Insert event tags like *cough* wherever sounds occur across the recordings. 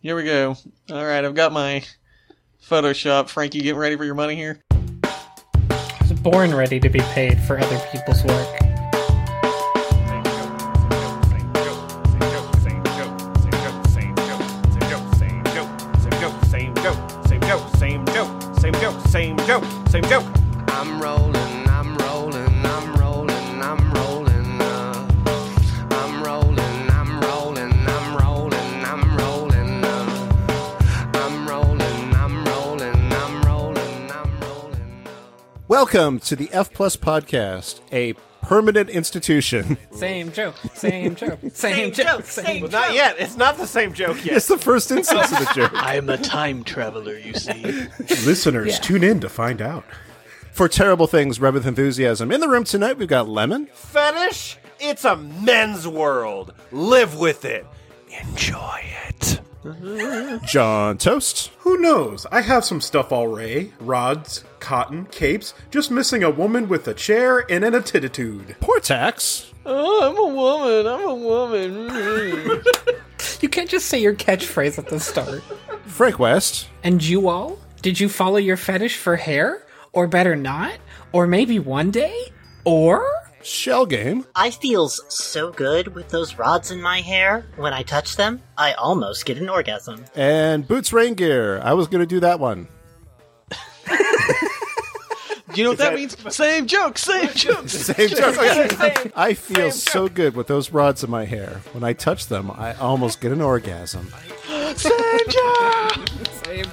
Here we go. All right, I've got my Photoshop. Frank, you getting ready for your money here? I was born ready to be paid for other people's work. Same joke, same joke. I'm rolling, I'm rolling, I'm rolling, I'm rolling. Uh, I'm rolling, I'm rolling, I'm rolling, I'm rolling. Uh, I'm rolling, I'm rolling, I'm rolling, I'm rolling. Welcome to the F Plus Podcast, a permanent institution. *laughs* Same joke, same *laughs* joke, same joke, same Well, not yet. It's not the same joke yet. It's the first *laughs* instance of the joke. I am a time traveler, you *laughs* see. Listeners, tune in to find out. For terrible things, read with enthusiasm. In the room tonight, we've got Lemon, Fetish? It's a men's world. Live with it. Enjoy it. John Toast, Who knows? I have some stuff already rods, cotton, capes, just missing a woman with a chair and an attitude. Portax, Oh, I'm a woman. I'm a woman. You can't just say your catchphrase at the start. Frank West, And you all? Did you follow your fetish for hair? Or better not? Or maybe one day? Or? Shell Game, I feels so good with those rods in my hair. When I touch them, I almost get an orgasm. and Boots Rain Gear. I was going to do that one. *laughs* Do you know what that means? Same joke. *laughs* Same joke. Same joke. *laughs* I feel so good with those rods in my hair. When I touch them, I almost get an orgasm. Same joke. Uh, Same joke. Same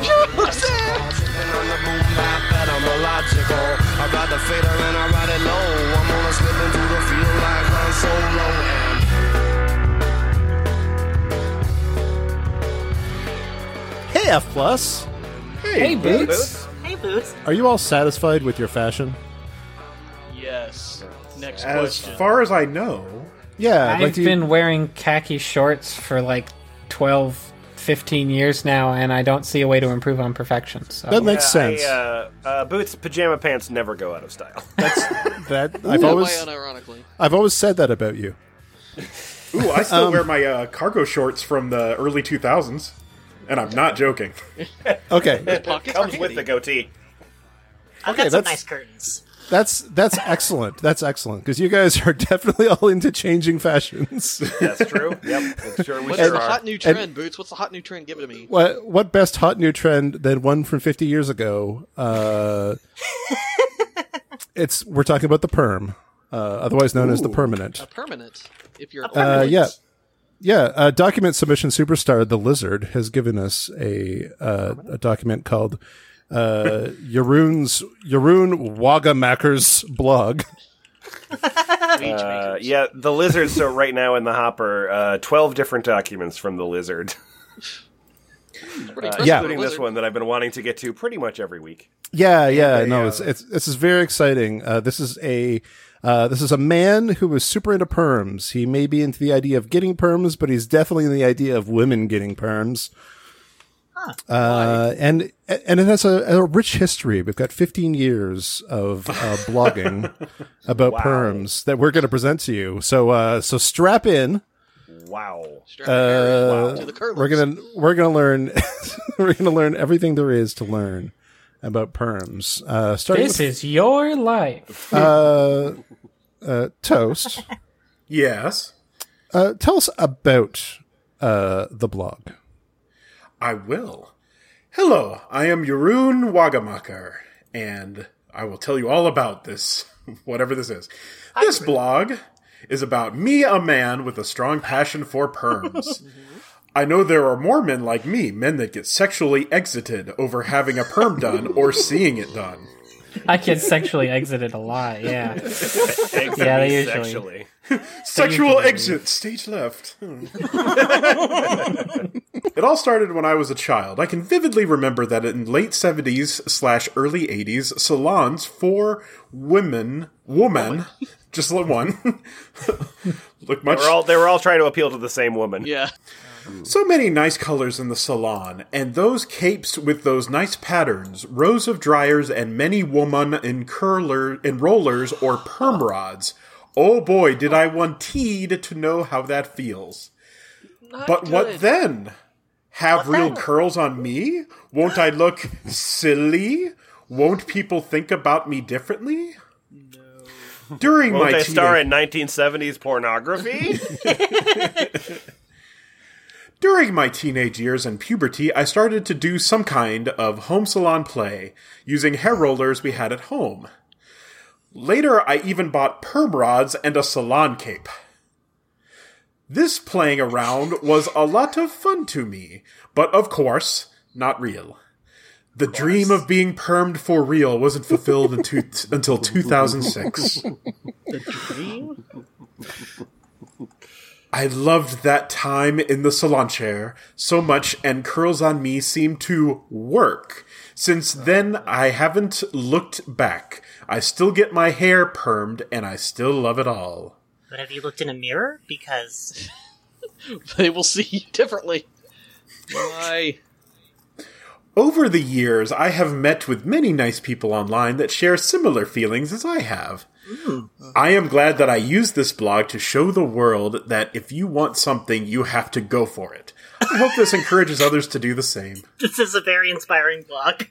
joke. Same. Been on the boom bap and I'm illogical. I ride the fader and I ride it low. I'm on a slipping through the field like Han Solo. And Hey, F Plus, Hey, Boots. Hey, Boots. are you all satisfied with your fashion? Yes. Next As question. far as I know, Yeah, I've like do you- been wearing khaki shorts for like 12, 15 years now, and I don't see a way to improve on perfection. So. that makes sense. uh, uh, boots, pajama pants never go out of style. *laughs* that I've That always way, unironically. I've always said that about you. ooh, I still wear my uh, cargo shorts from the early 2000s, and I'm not joking. Okay, Pockets are Comes handy. with the goatee. I've Okay, got some that's- nice curtains. that's that's excellent. That's excellent because you guys are *laughs* definitely all into changing fashions. *laughs* That's true. yep. it's Sure, we What's sure the are. hot new trend, Boots? What's the hot new trend? Give it to me. what what best hot new trend than one from 50 years ago? *laughs* Uh, it's we're talking about the perm, uh, otherwise known as the permanent. Permanent. If you're Uh, yeah. Yeah, uh, document submission superstar the lizard has given us a uh, a document called uh, *laughs* Yaroon's Yaroon Wagamaker's blog. Uh, yeah, the lizard. So right now in the hopper, uh, twelve different documents from the lizard, pretty Uh, impressive yeah. for a including this lizard. one that I've been wanting to get to pretty much every week. Yeah, yeah, no, it's it's this is very exciting. Uh, this is a uh, this is a man who is super into perms. He may be into the idea of getting perms, but he's definitely in the idea of women getting perms. Uh, and and it has a, a rich history. We've got 15 years of uh, blogging about perms that we're going to present to you. So uh, so strap in. Wow. Strap your Uh, hair to the curlers. We're gonna we're gonna learn *laughs* we're gonna learn everything there is to learn about perms. Uh, starting This with is your life. uh, uh, Toast, Yes. uh, tell us about uh, the blog. I will. Hello, I am Yaroon Wagamaker, and I will tell you all about this, *laughs* whatever this is. This blog is about me, a man with a strong passion for perms. I know there are more men like me, men that get sexually exited over having a perm done or seeing it done. I get sexually exited a lot, *laughs* yeah. Yeah, they usually- *laughs* Sexual exit, stage left. Hmm. *laughs* it all started when I was a child. I can vividly remember that in late seventies slash early eighties, salons for women, woman, just *laughs* let one look much. We're all they were all trying to appeal to the same woman. Yeah. *laughs* So many nice colors in the salon, and those capes with those nice patterns, rows of dryers, and many woman in curler in rollers or perm rods. Oh boy, did I want teed to know how that feels. but what then? Have real curls on me? Won't I look silly? Won't people think about me differently? During Won't my they teenage- star in 1970s *laughs* pornography? During my teenage years and puberty, I started to do some kind of home salon play using hair rollers we had at home. Later, I even bought perm rods and a salon cape. This playing around was a lot of fun to me, but of course, not real. The dream of being permed for real wasn't fulfilled until, *laughs* until 2006. I loved that time in the salon chair so much, and curls on me seemed to work. Since then, I haven't looked back. I still get my hair permed, and I still love it all. But have you looked in a mirror? Because *laughs* They will see you differently. Why? Over the years, I have met with many nice people online that share similar feelings as I have. I am glad that I use this blog to show the world that if you want something, you have to go for it. I hope this encourages others to do the same. this is a very inspiring blog.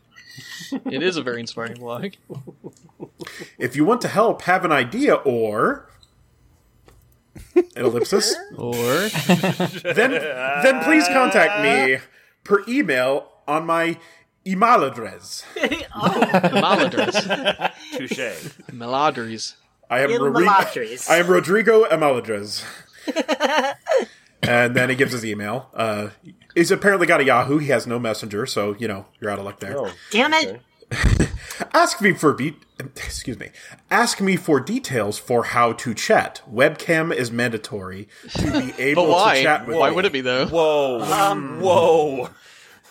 it is a very inspiring blog. If you want to help, have an idea, or an ellipsis, Or then then please contact me per email on my email address. Maladres. Touche. Maladres. I am In the Rodrigo. lotteries. I am Rodrigo Emaladrez. and then he gives his email. Uh, he's apparently got a Yahoo. He has no messenger, so you know you're out of luck there. Oh. Damn it! Ask me for be- excuse me. Ask me for details for how to chat. Webcam is mandatory to be able But why? to chat with Why me. would it be though? *laughs* Whoa. Um, Whoa.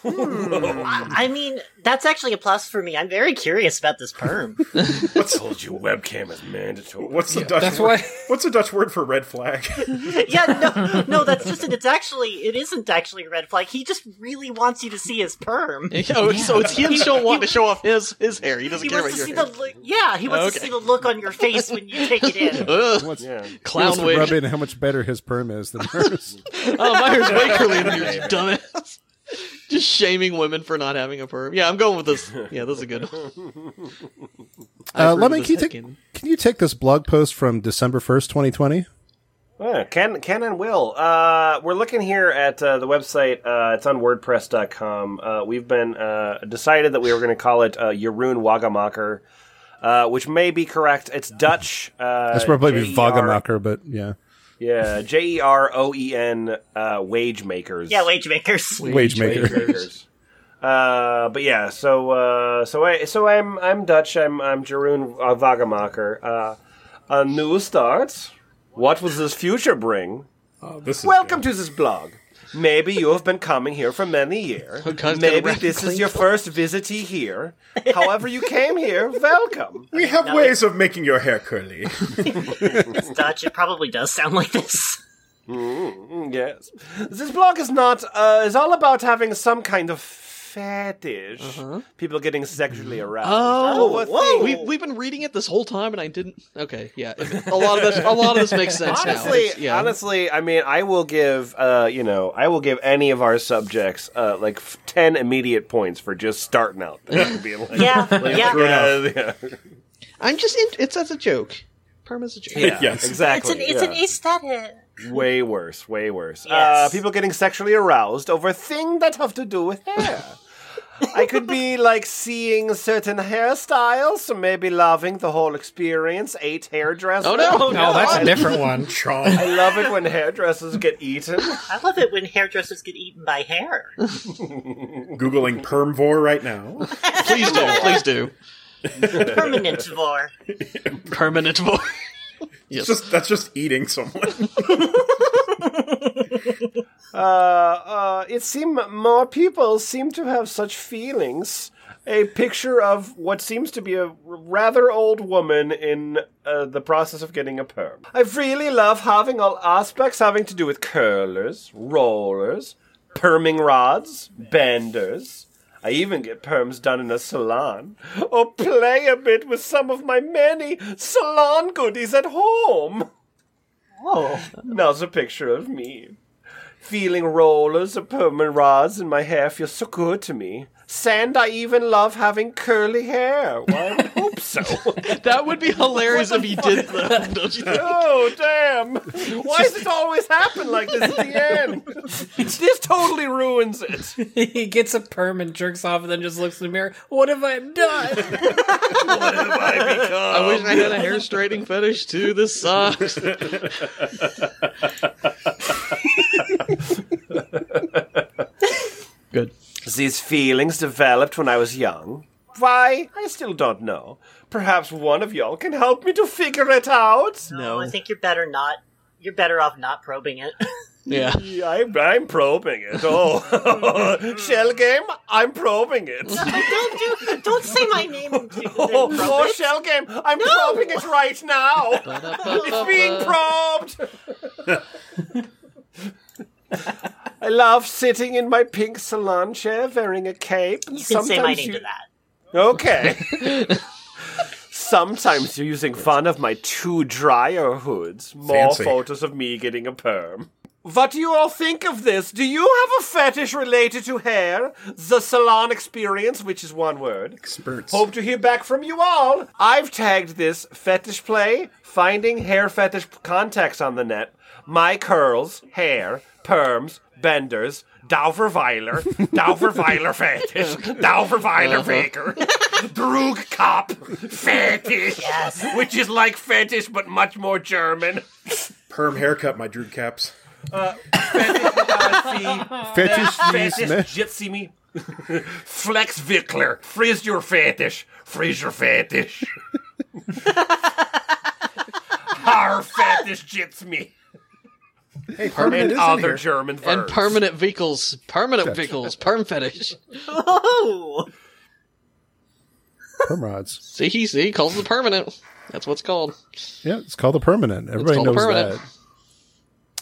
I mean, that's actually a plus for me. I'm very curious about this *laughs* perm. What's told you webcam is mandatory? What's the Dutch? That's word? why- What's the Dutch word for red flag? yeah, no, no, that's just it. It's actually, it isn't actually a red flag. He just really wants you to see his perm. Oh, so it's him showing wanting to show off his his hair. He doesn't He care wants about to your see hair. the look. Yeah, he wants to Okay. see the look on your face when you take *laughs* it in. Ugh, What's, yeah. clown to rub wig. in how much better his perm is than hers. Oh, my hair's way curlier than yours, you dumbass. Just shaming women for not having a perm. Yeah, I'm going with this. Yeah, this is a good one. I *laughs* uh, approve of Lemon, this can you, take, thinking. can you take this blog post from December 1st, 2020? Yeah, Ken, Ken and Will. Uh, we're looking here at uh, the website. Uh, it's on WordPress.com. Uh, we've been uh, decided that we were going to call it uh, Jeroen Wagamaker, uh, which may be correct. It's Dutch. Uh, That's probably J E R- Vagamacher, but yeah. *laughs* Yeah, J E R O E N uh, wage makers. Yeah, wage makers. Wage maker. makers. Uh, but yeah, so uh, so I so I'm I'm Dutch. I'm I'm Jeroen uh, Vagamaker. Uh, a new start. What will this future bring? this *laughs* is Welcome to this blog. Maybe you have been coming here for many years. God's gonna Maybe wrap this clean. is your first visitee here. However, you came here, *laughs* welcome. We have ways of making your hair curly. *laughs* It's Dutch. It probably does sound like this. Mm, Yes, this blog is not uh, is all about having some kind of fetish. People getting sexually *laughs* aroused. Uh-huh. Oh, Over whoa. things. We we've been reading it this whole time, and I didn't. Okay, yeah, a lot of this a lot of this makes sense now. honestly, It's- yeah. honestly, I mean, I will give, uh, you know, I will give any of our subjects uh, like f- ten immediate points for just starting out there and being like, *laughs* Yeah, yeah. yeah, yeah. I'm just. In, it's as a joke. Perm is a joke. Yeah, *laughs* Yes. It's exactly. an it's an aesthetic. yeah. way worse, way worse. Uh, Yes. people getting sexually aroused over things that have to do with hair. I could be like seeing certain hairstyles, so maybe loving the whole experience. Eight hairdressers. Oh, no. No, that's a different one. Chomp. I love it when hairdressers get eaten. I love it when hairdressers get eaten by *laughs* hair. Googling permvor right now. Please do. Please do. Permanent vor. Permanent voice. It's just that's just eating someone. *laughs* uh, it seemed more people seem to have such feelings. A picture of what seems to be a r- rather old woman in uh, the process of getting a perm. I really love having all aspects having to do with curlers, rollers, perming rods, benders. I even get perms done in a salon, or play a bit with some of my many salon goodies at home. *laughs* Oh, Now's a picture of me. Feeling rollers of permanent rods in my hair feels so good to me. Sand, I even love having curly hair. Well, I would hope *laughs* so. *laughs* That would be hilarious if he did though, don't you think? oh, damn. Why does it always happen like this at the end? this totally ruins *laughs* it. he gets a perm and jerks off and then just looks in the mirror. What have I *laughs* done? *laughs* I wish I had a hair straightening fetish too. This sucks. *laughs* Good. These feelings developed when I was young. Why? I still don't know. Perhaps one of y'all can help me to figure it out. No. Oh, I think you're better not. You're better off not probing *laughs* it. Yeah. Yeah, I'm, I'm probing it. Oh, *laughs* shell game, I'm probing it. don't do. Don't say my name. and do- Oh, then probe oh, it. shell game, I'm probing it right now. it's *laughs* being probed. I love sitting in my pink salon chair wearing a cape. and You can say my sometimes name you- to that. Okay. Sometimes you're using fun of my two dryer hoods. More Fancy. photos of me getting a perm. What do you all think of this? Do you have a fetish related to hair? The salon experience, which is one word. Experts. Hope to hear back from you all. I've tagged this fetish play, finding hair fetish contacts on the net. My curls, hair, perms, benders, Dauverweiler, Dauverweiler fetish, Dauverweiler faker, Droog cop fetish, which is like fetish but much more German. Perm haircut, my Drew Caps. Fetish E these me- Fetish, jitsi me. *laughs* Flex Wickler, frizz your fetish, frizz your fetish. Our fetish jits me. Hey, permanent And is in other here. German verbs. And permanent vehicles. Permanent vehicles. Perm fetish. *laughs* Oh, perm rods. See, he see he calls it permanent. That's what it's called. Yeah, it's called the permanent. Everybody called a knows permanent.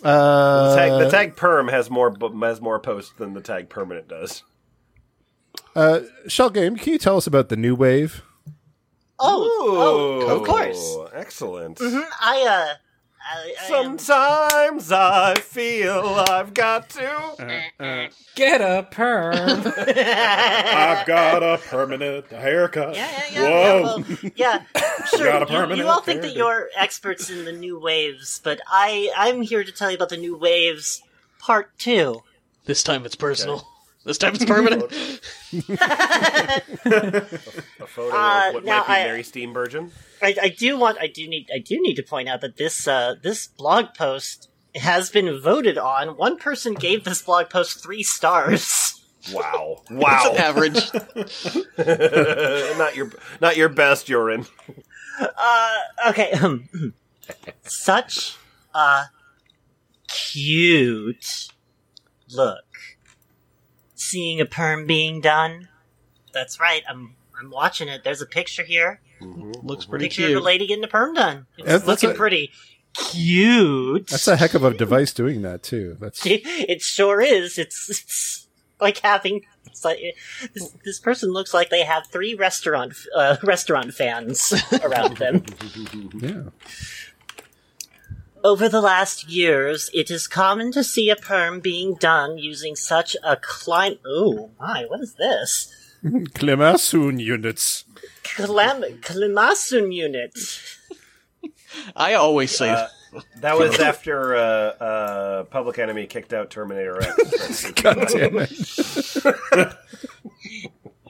that. Uh, The tag, the tag perm has more bu- has more posts than the tag permanent does. Shell game. Can you tell us about the new wave? oh, oh, of Ooh, course. excellent. I uh, I, I am- Sometimes I feel I've got to. Get a perm. *laughs* I've got a permanent haircut. Yeah, yeah, yeah. yeah, Whoa. well, *laughs* yeah. Sure. Got a you- you, permanent all think that therapy. you're experts in the new waves, but I I'm here to tell you about the new waves part two. This time it's personal. This time it's *laughs* permanent. A photo Uh, of what now might be I- Mary Steamburgeon. *laughs* I, I do want I do need I do need to point out that this uh this blog post has been voted on. One person gave this blog post three stars. *laughs* Wow, It's wow. an average. *laughs* not your not your best urine. Uh, Okay. *laughs* um, Such a cute look. Seeing a perm being done. That's right. I'm I'm watching it. There's a picture here. Looks pretty Picture of cute. a lady getting a perm done. It's That's- that's looking a- pretty cute. That's a heck of a device doing that too. That's *laughs* it sure is. It's, it's like having. It's like, this, this person looks like they have three restaurant uh, restaurant fans *laughs* around them. yeah. Over the last years, it is common to see a perm being done using such a clim. Oh my! What is this? Klimasoon units. *laughs* Clam climasun unit. I always say that. That was after uh, uh, Public Enemy kicked out Terminator X. God damn it.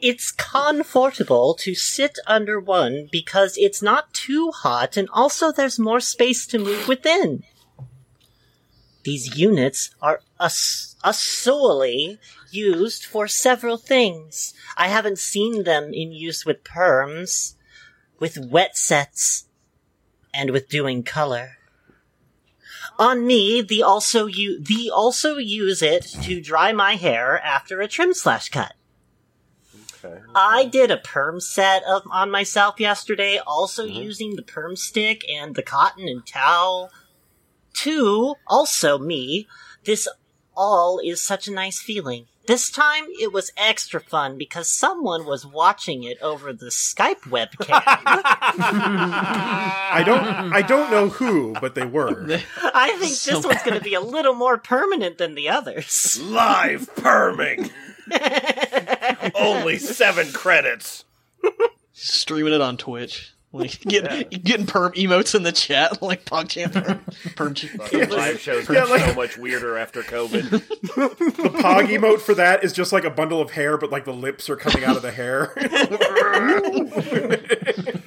It's comfortable to sit under one because it's not too hot and also there's more space to move within. These units are us- solely used for several things. I haven't seen them in use with perms, with wet sets, and with doing color. On me, the also u- the also use it to dry my hair after a trim slash cut. I did a perm set of, on myself yesterday, also using the perm stick and the cotton and towel. Two, also me, this all is such a nice feeling. This time it was extra fun because someone was watching it over the Skype webcam. I don't I don't know who, but they were. I think this one's going to be a little more permanent than the others. *laughs* Live perming. Only seven credits. *laughs* Streaming it on Twitch. Like get, getting perm emotes in the chat, *laughs* like PogChamp perm. perm Live shows Yeah, got like- so much weirder after *laughs* COVID. Pog emote for that is just like a bundle of hair, but like the lips are coming out of the hair. *laughs*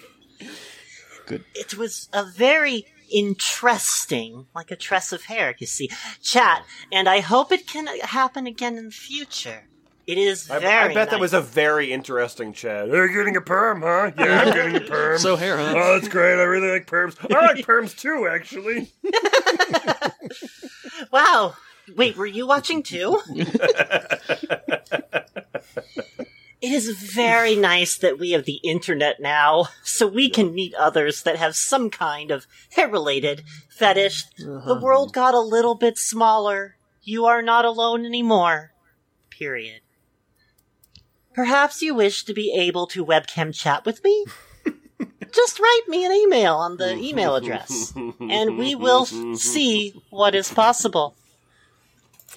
It was a very interesting, like a tress of hair, you see, chat, and I hope it can happen again in the future. It is I, very. I bet that nice. was a very interesting chat. You're getting a perm, huh? Yeah, I'm getting a *laughs* perm. so hair, huh? oh, that's great. I really like perms. I like perms too, actually. Wow. Wait, were you watching too? it is very nice that we have the internet now, so we can meet others that have some kind of hair related fetish. The world got a little bit smaller. You are not alone anymore. Period. Perhaps you wish to be able to webcam chat with me? Just write me an email on the email address, and we will f- see what is possible.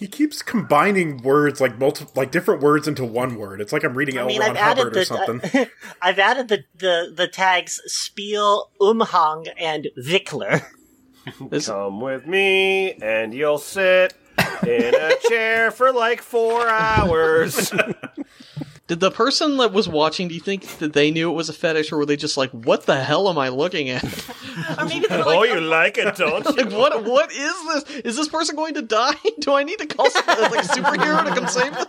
he keeps combining words like multiple like different words into one word. It's like I'm reading L. I mean, Ron I've Hubbard added or the uh, something. *laughs* I've added the, the the tags Spiel, Umhang, and Vickler. This- Come with me, and you'll sit in a chair for like four hours. Did the person that was watching? Do you think that they knew it was a fetish, or were they just like, "What the hell am I looking at? *laughs* *laughs* Or maybe *laughs* they're *laughs* oh, like, you like it, don't you? Like, what? What is this? Is this person going to die? *laughs* Do I need to call some, *laughs* like a superhero to come save them?"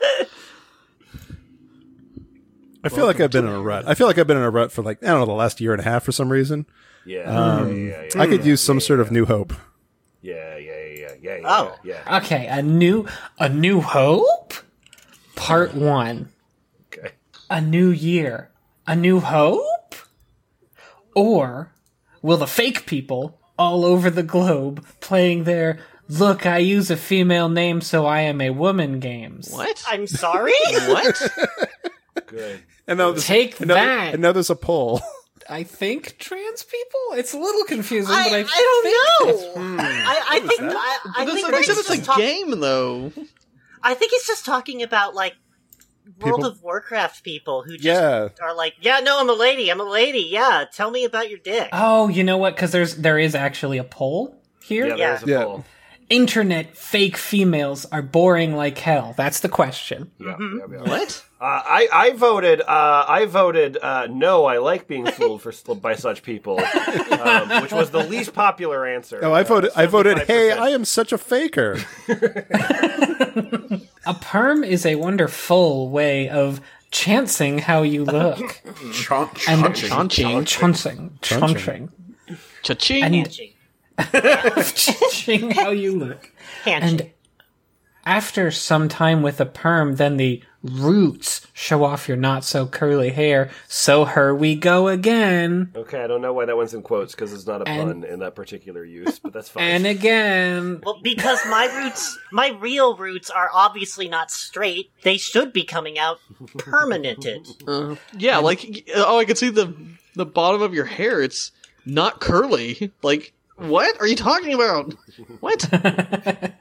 I feel like I've been in a rut. I feel like I've been in a rut for like I don't know the last year and a half for some reason. Um, Yeah, Uh-huh. yeah, yeah, I could use some sort of new hope. yeah, yeah, yeah, yeah, yeah. Oh. yeah. *laughs* Okay, a new a new hope? Part 1. Okay. A new year. A new hope? Or will the fake people all over the globe playing their look I use a female name so I am a woman games? What? I'm *laughs* sorry. What? Good. And now there's, Take and now, that. and now there's a poll. I think trans people? It's a little confusing, I, but I, I don't know. I, I think I, I That's- think they Greg's said it's just a talk- game, though. I think he's just talking about like World People- of Warcraft people who just Yeah. are like, yeah, no, I'm a lady. I'm a lady. Yeah, tell me about your dick. Uh, Oh, you know what? Because there's there is actually a poll here. Yeah, there's Yeah. a poll. Internet fake females are boring like hell. That's the question. Yeah, yeah, yeah. What? Uh, I I voted. Uh, I voted. Uh, no, I like being fooled for by such people, um, which was the least popular answer. *laughs* Uh, No, I voted. I voted. Hey, 75%. I am such a faker. A perm is a wonderful way of chancing how you look. Chomp, And- chonching. Chonching. chancing, chancing, Cha-ching. and *laughs* Gee. chancing how you look. Handshake. And after some time with a perm, then the roots show off your not so curly hair. So here we go again Okay, I don't know why that one's in quotes because it's not a And- pun in that particular use, but that's fine. and again. Well, because my roots, my real roots are obviously not straight. They should be coming out *laughs* permanented. Yeah, like oh, I can see the the bottom of your hair. It's not curly. Like what are you talking about? What?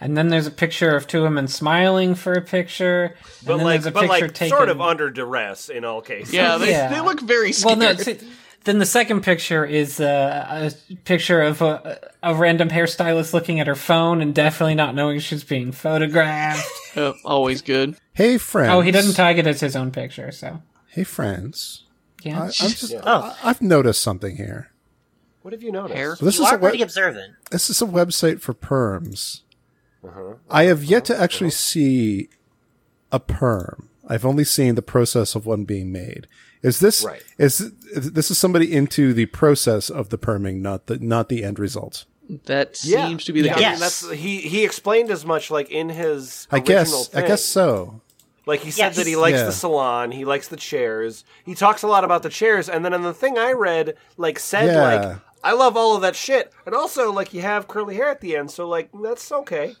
And then there's a picture of two women smiling for a picture. And but then like, there's a but picture like, taken. sort of under duress in all cases. *laughs* Yeah, they, Yeah. they look very well, scared. no. See, then the second picture is uh, a picture of a, a random hairstylist looking at her phone and definitely not knowing she's being photographed. Uh, always good. Hey, friends. oh, he doesn't tag it as his own picture, so Hey, friends. I, yeah. I'm just. I, I've noticed something here. What have you noticed? Hair. So this you is are a web, pretty observant. this is a website for perms. I have yet to actually see a perm. I've only seen the process of one being made. Is this Right. is th- this is somebody into the process of the perming, not the not the end result? That Yeah. seems to be the Yeah, I case. mean, Yes. that's he. He explained as much like in his. I original guess I thing. guess so. Like he said Yes. that he likes Yeah. the salon, he likes the chairs. He talks a lot about the chairs, and then in the thing I read, like said, Yeah. like I love all of that shit, and also like you have curly hair at the end, so like that's okay.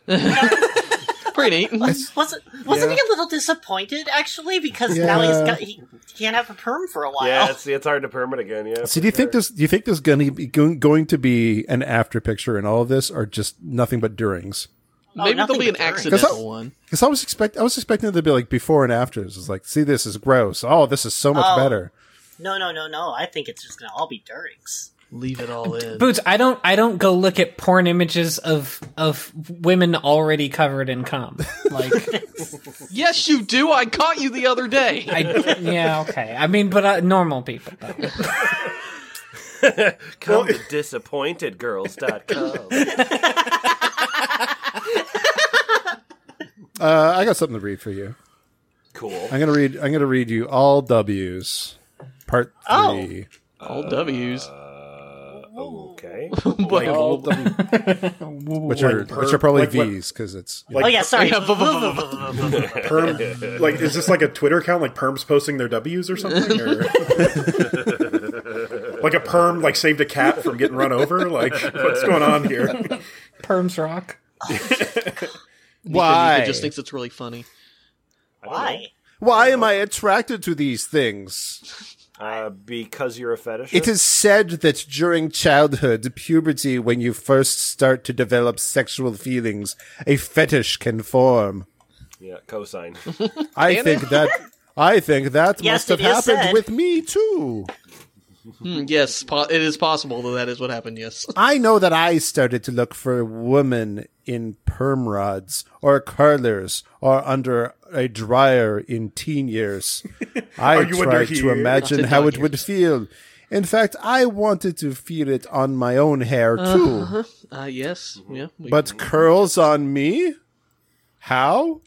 Pretty neat. Was, wasn't wasn't he a little disappointed actually because now he's got he can't have a perm for a while. Yeah, it's, it's hard to permit again. Yeah. So do you think this? Do you think there's going to be going, going to be an after picture in all of this, or just nothing but durings? Oh, Maybe nothing there'll be an but during. accidental 'Cause I- one. Because I was expect I was expecting it to be like before and afters. It's like, see, this is gross. Oh, this is so much Oh. better. No, no, no, no. I think it's just gonna all be durings. Leave it all in. Boots, I don't I don't go look at porn images of of women already covered in cum. Like Yes, you do. I caught you the other day. I yeah, okay. I mean, but uh, normal people though. Come to disappointedgirls.com. *laughs* Uh, I got something to read for you. Cool. I'm gonna read. I'm gonna read you all W's, part Oh. three. all W's. Okay. But- all W- *laughs* which are like which per- are probably like what- V's because it's Oh yeah, sorry. *laughs* Yeah, buh, buh, buh, buh, buh, buh, buh. perm, like is this like a Twitter account like perms posting their W's or something? Or like a perm like saved a cat from getting run over? Like what's going on here? Perms rock. Then why. Nika just thinks it's really funny. Why? Why am I attracted to these things? Uh, because you're a fetish. It is said that during childhood, puberty, when you first start to develop sexual feelings, a fetish can form. Yeah, *laughs* cosine. I think that I think that must Yes, have it is happened said. with me too. Hmm, yes, po- it is possible that that is what happened. Yes, I know that I started to look for women in perm rods or curlers or under a dryer in teen years. *laughs* I Are you under tried to here? imagine Sit how down it here. would feel. In fact, I wanted to feel it on my own hair too. uh, yes, yeah. we- But curls on me? How?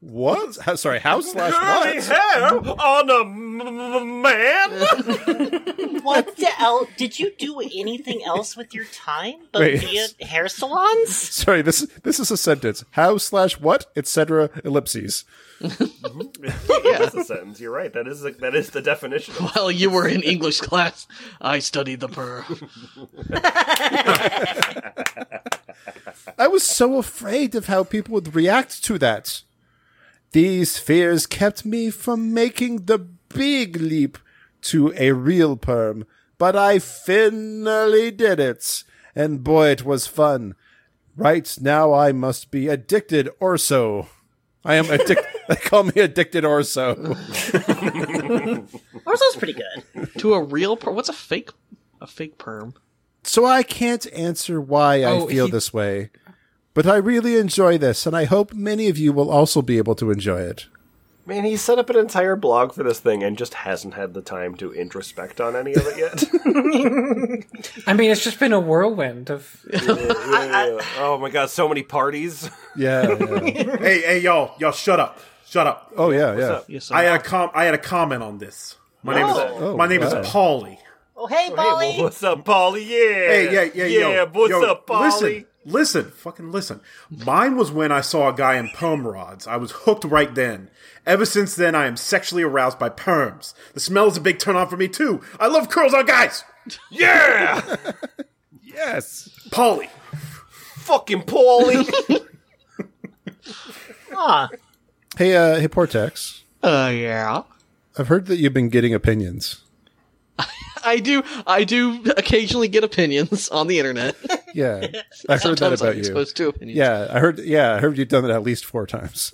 What? How, sorry, how slash what? hair on a m- m- *laughs* man. What the hell? Did you do anything else with your time but Wait. via hair salons? Sorry, this this is a sentence. How slash what? Etc. Ellipses. That's a sentence. You're right. That is the, that is the definition. *laughs* Of While you were in English class, I studied the perm. I was so afraid of how people would react to that. These fears kept me from making the big leap to a real perm, but I finally did it. And boy, it was fun. Right now, I must be addicted or so. I am *laughs* addicted. they call me addicted or so. Orzo's pretty good. to a real perm. What's a fake? A fake perm. So I can't answer why Oh, I feel he- this way, but I really enjoy this, and I hope many of you will also be able to enjoy it. Man, he set up an entire blog for this thing and just hasn't had the time to introspect on any of it *laughs* yet. I mean, it's just been a whirlwind of oh my god, so many parties. *laughs* Yeah. *laughs* yeah. hey, hey, y'all, y'all, shut up, shut up. Oh yeah, yeah. Yes, I had a com- I had a comment on this. My name is Oh, my name wow. is Paulie. Oh hey, Polly. what's up, Polly? Yeah. Hey, yeah, yeah, yo, Yeah, what's yo, up, Polly? Listen, listen, fucking listen. Mine was when I saw a guy in perm rods. I was hooked right then. Ever since then, I am sexually aroused by perms. The smell is a big turn on for me too. I love curls on guys. Yeah. Yes. Polly, Fucking Polly. Aw. Hey, uh, hey, Portex. Uh, yeah. I've heard that you've been getting opinions. I do. I do occasionally get opinions on the *laughs* internet. Yeah, I heard that Sometimes about I'm you. exposed to opinions. Yeah, I heard. Yeah, I heard you've done it at least four *laughs* times.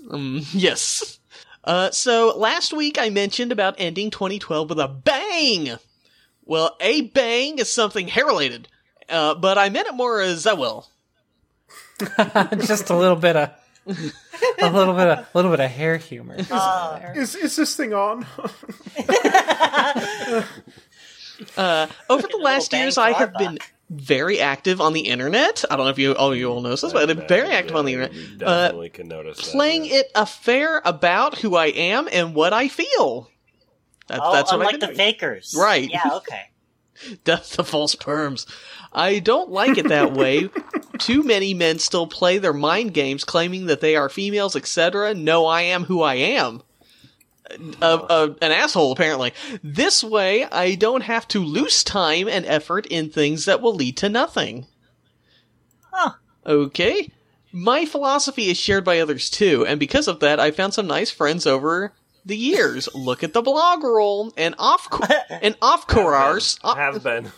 Yes. Uh, so last week I mentioned about ending 2012 with a bang. Well, a bang is something hair related, uh, but I meant it more as uh, I will. just a little bit of a little bit of a little bit of hair humor. Uh, is is this thing on? uh, Over *laughs* the last bang years, for I our have been very active on the internet. I don't know if you all you all know this, *laughs* but I've been very active on the internet. You Uh, definitely can notice that, playing yeah. it a fair about who I am and what I feel. That, Oh, that's what I've unlike been the doing. fakers. Right. Yeah, okay. *laughs* That's the false perms. I don't like it that *laughs* way. Too many men still play their mind games, claiming that they are females, etc. No, I am who I am. A, a, an asshole, apparently. This way, I don't have to lose time and effort in things that will lead to nothing. Huh. Okay. my philosophy is shared by others too, and because of that, I found some nice friends over the *laughs* years. Look at the blog roll and off and off course Have been.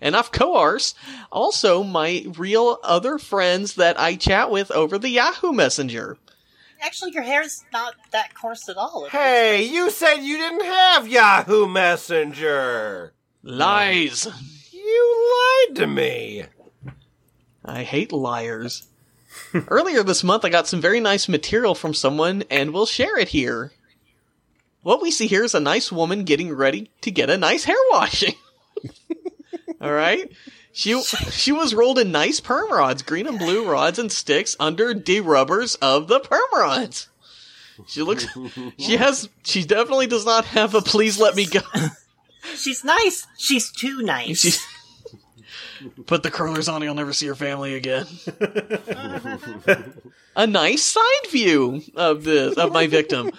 and off course. Also, my real other friends that I chat with over the Yahoo Messenger. Actually, your hair is not that coarse at all. It- Hey, you said you didn't have Yahoo Messenger. Lies. You lied to *laughs* me. I hate liars. Earlier this month, I got some very nice material from someone, and we'll share it here. What we see here is a nice woman getting ready to get a nice hair washing. *laughs* All right, she she was rolled in nice perm rods, green and blue rods and sticks under de rubbers of the perm rods. She looks. She has. She definitely does not have a. Please let me go. She's nice. She's too nice. She *laughs* put the curlers on. You'll never see your family again. *laughs* a nice side view of this of my victim.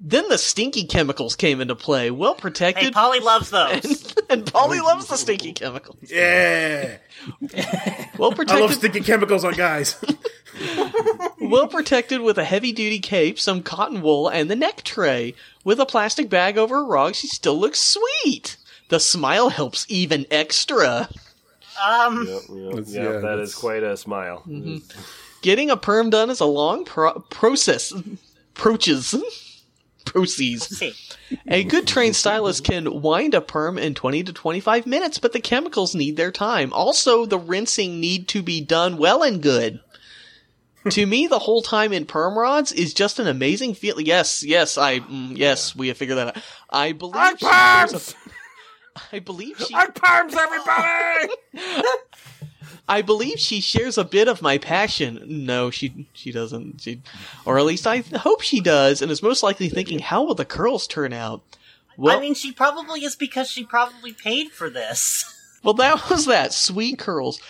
then the stinky chemicals came into play. Well hey, protected, Polly loves those. *laughs* and Polly loves the stinky chemicals. *laughs* Yeah, *laughs* Well I love protected, sticking chemicals *laughs* on guys. well protected with a heavy duty cape, some cotton wool, and the neck tray. With a plastic bag over her rug, she still looks sweet. The smile helps even extra. um, Yep, yep, That's- yep, yeah, that that's- is quite a smile. Mm-hmm. Getting a perm done is a long pro- process. Proaches. Proceeds. see. A good trained stylist can wind a perm in 20 to 25 minutes, but the chemicals need their time. Also, the rinsing need to be done well and good. to me, the whole time in perm rods is just an amazing feeling. Yes, yes, I, mm, yes, we have figured that out. I believe she wears a- I believe she. Perms, everybody! I believe she shares a bit of my passion. No, she she doesn't. She, or at least I hope she does, and is most likely thinking, "How will the curls turn out?" Well, I mean, she probably is because she probably paid for this. *laughs* Well, that *laughs* was that sweet curls.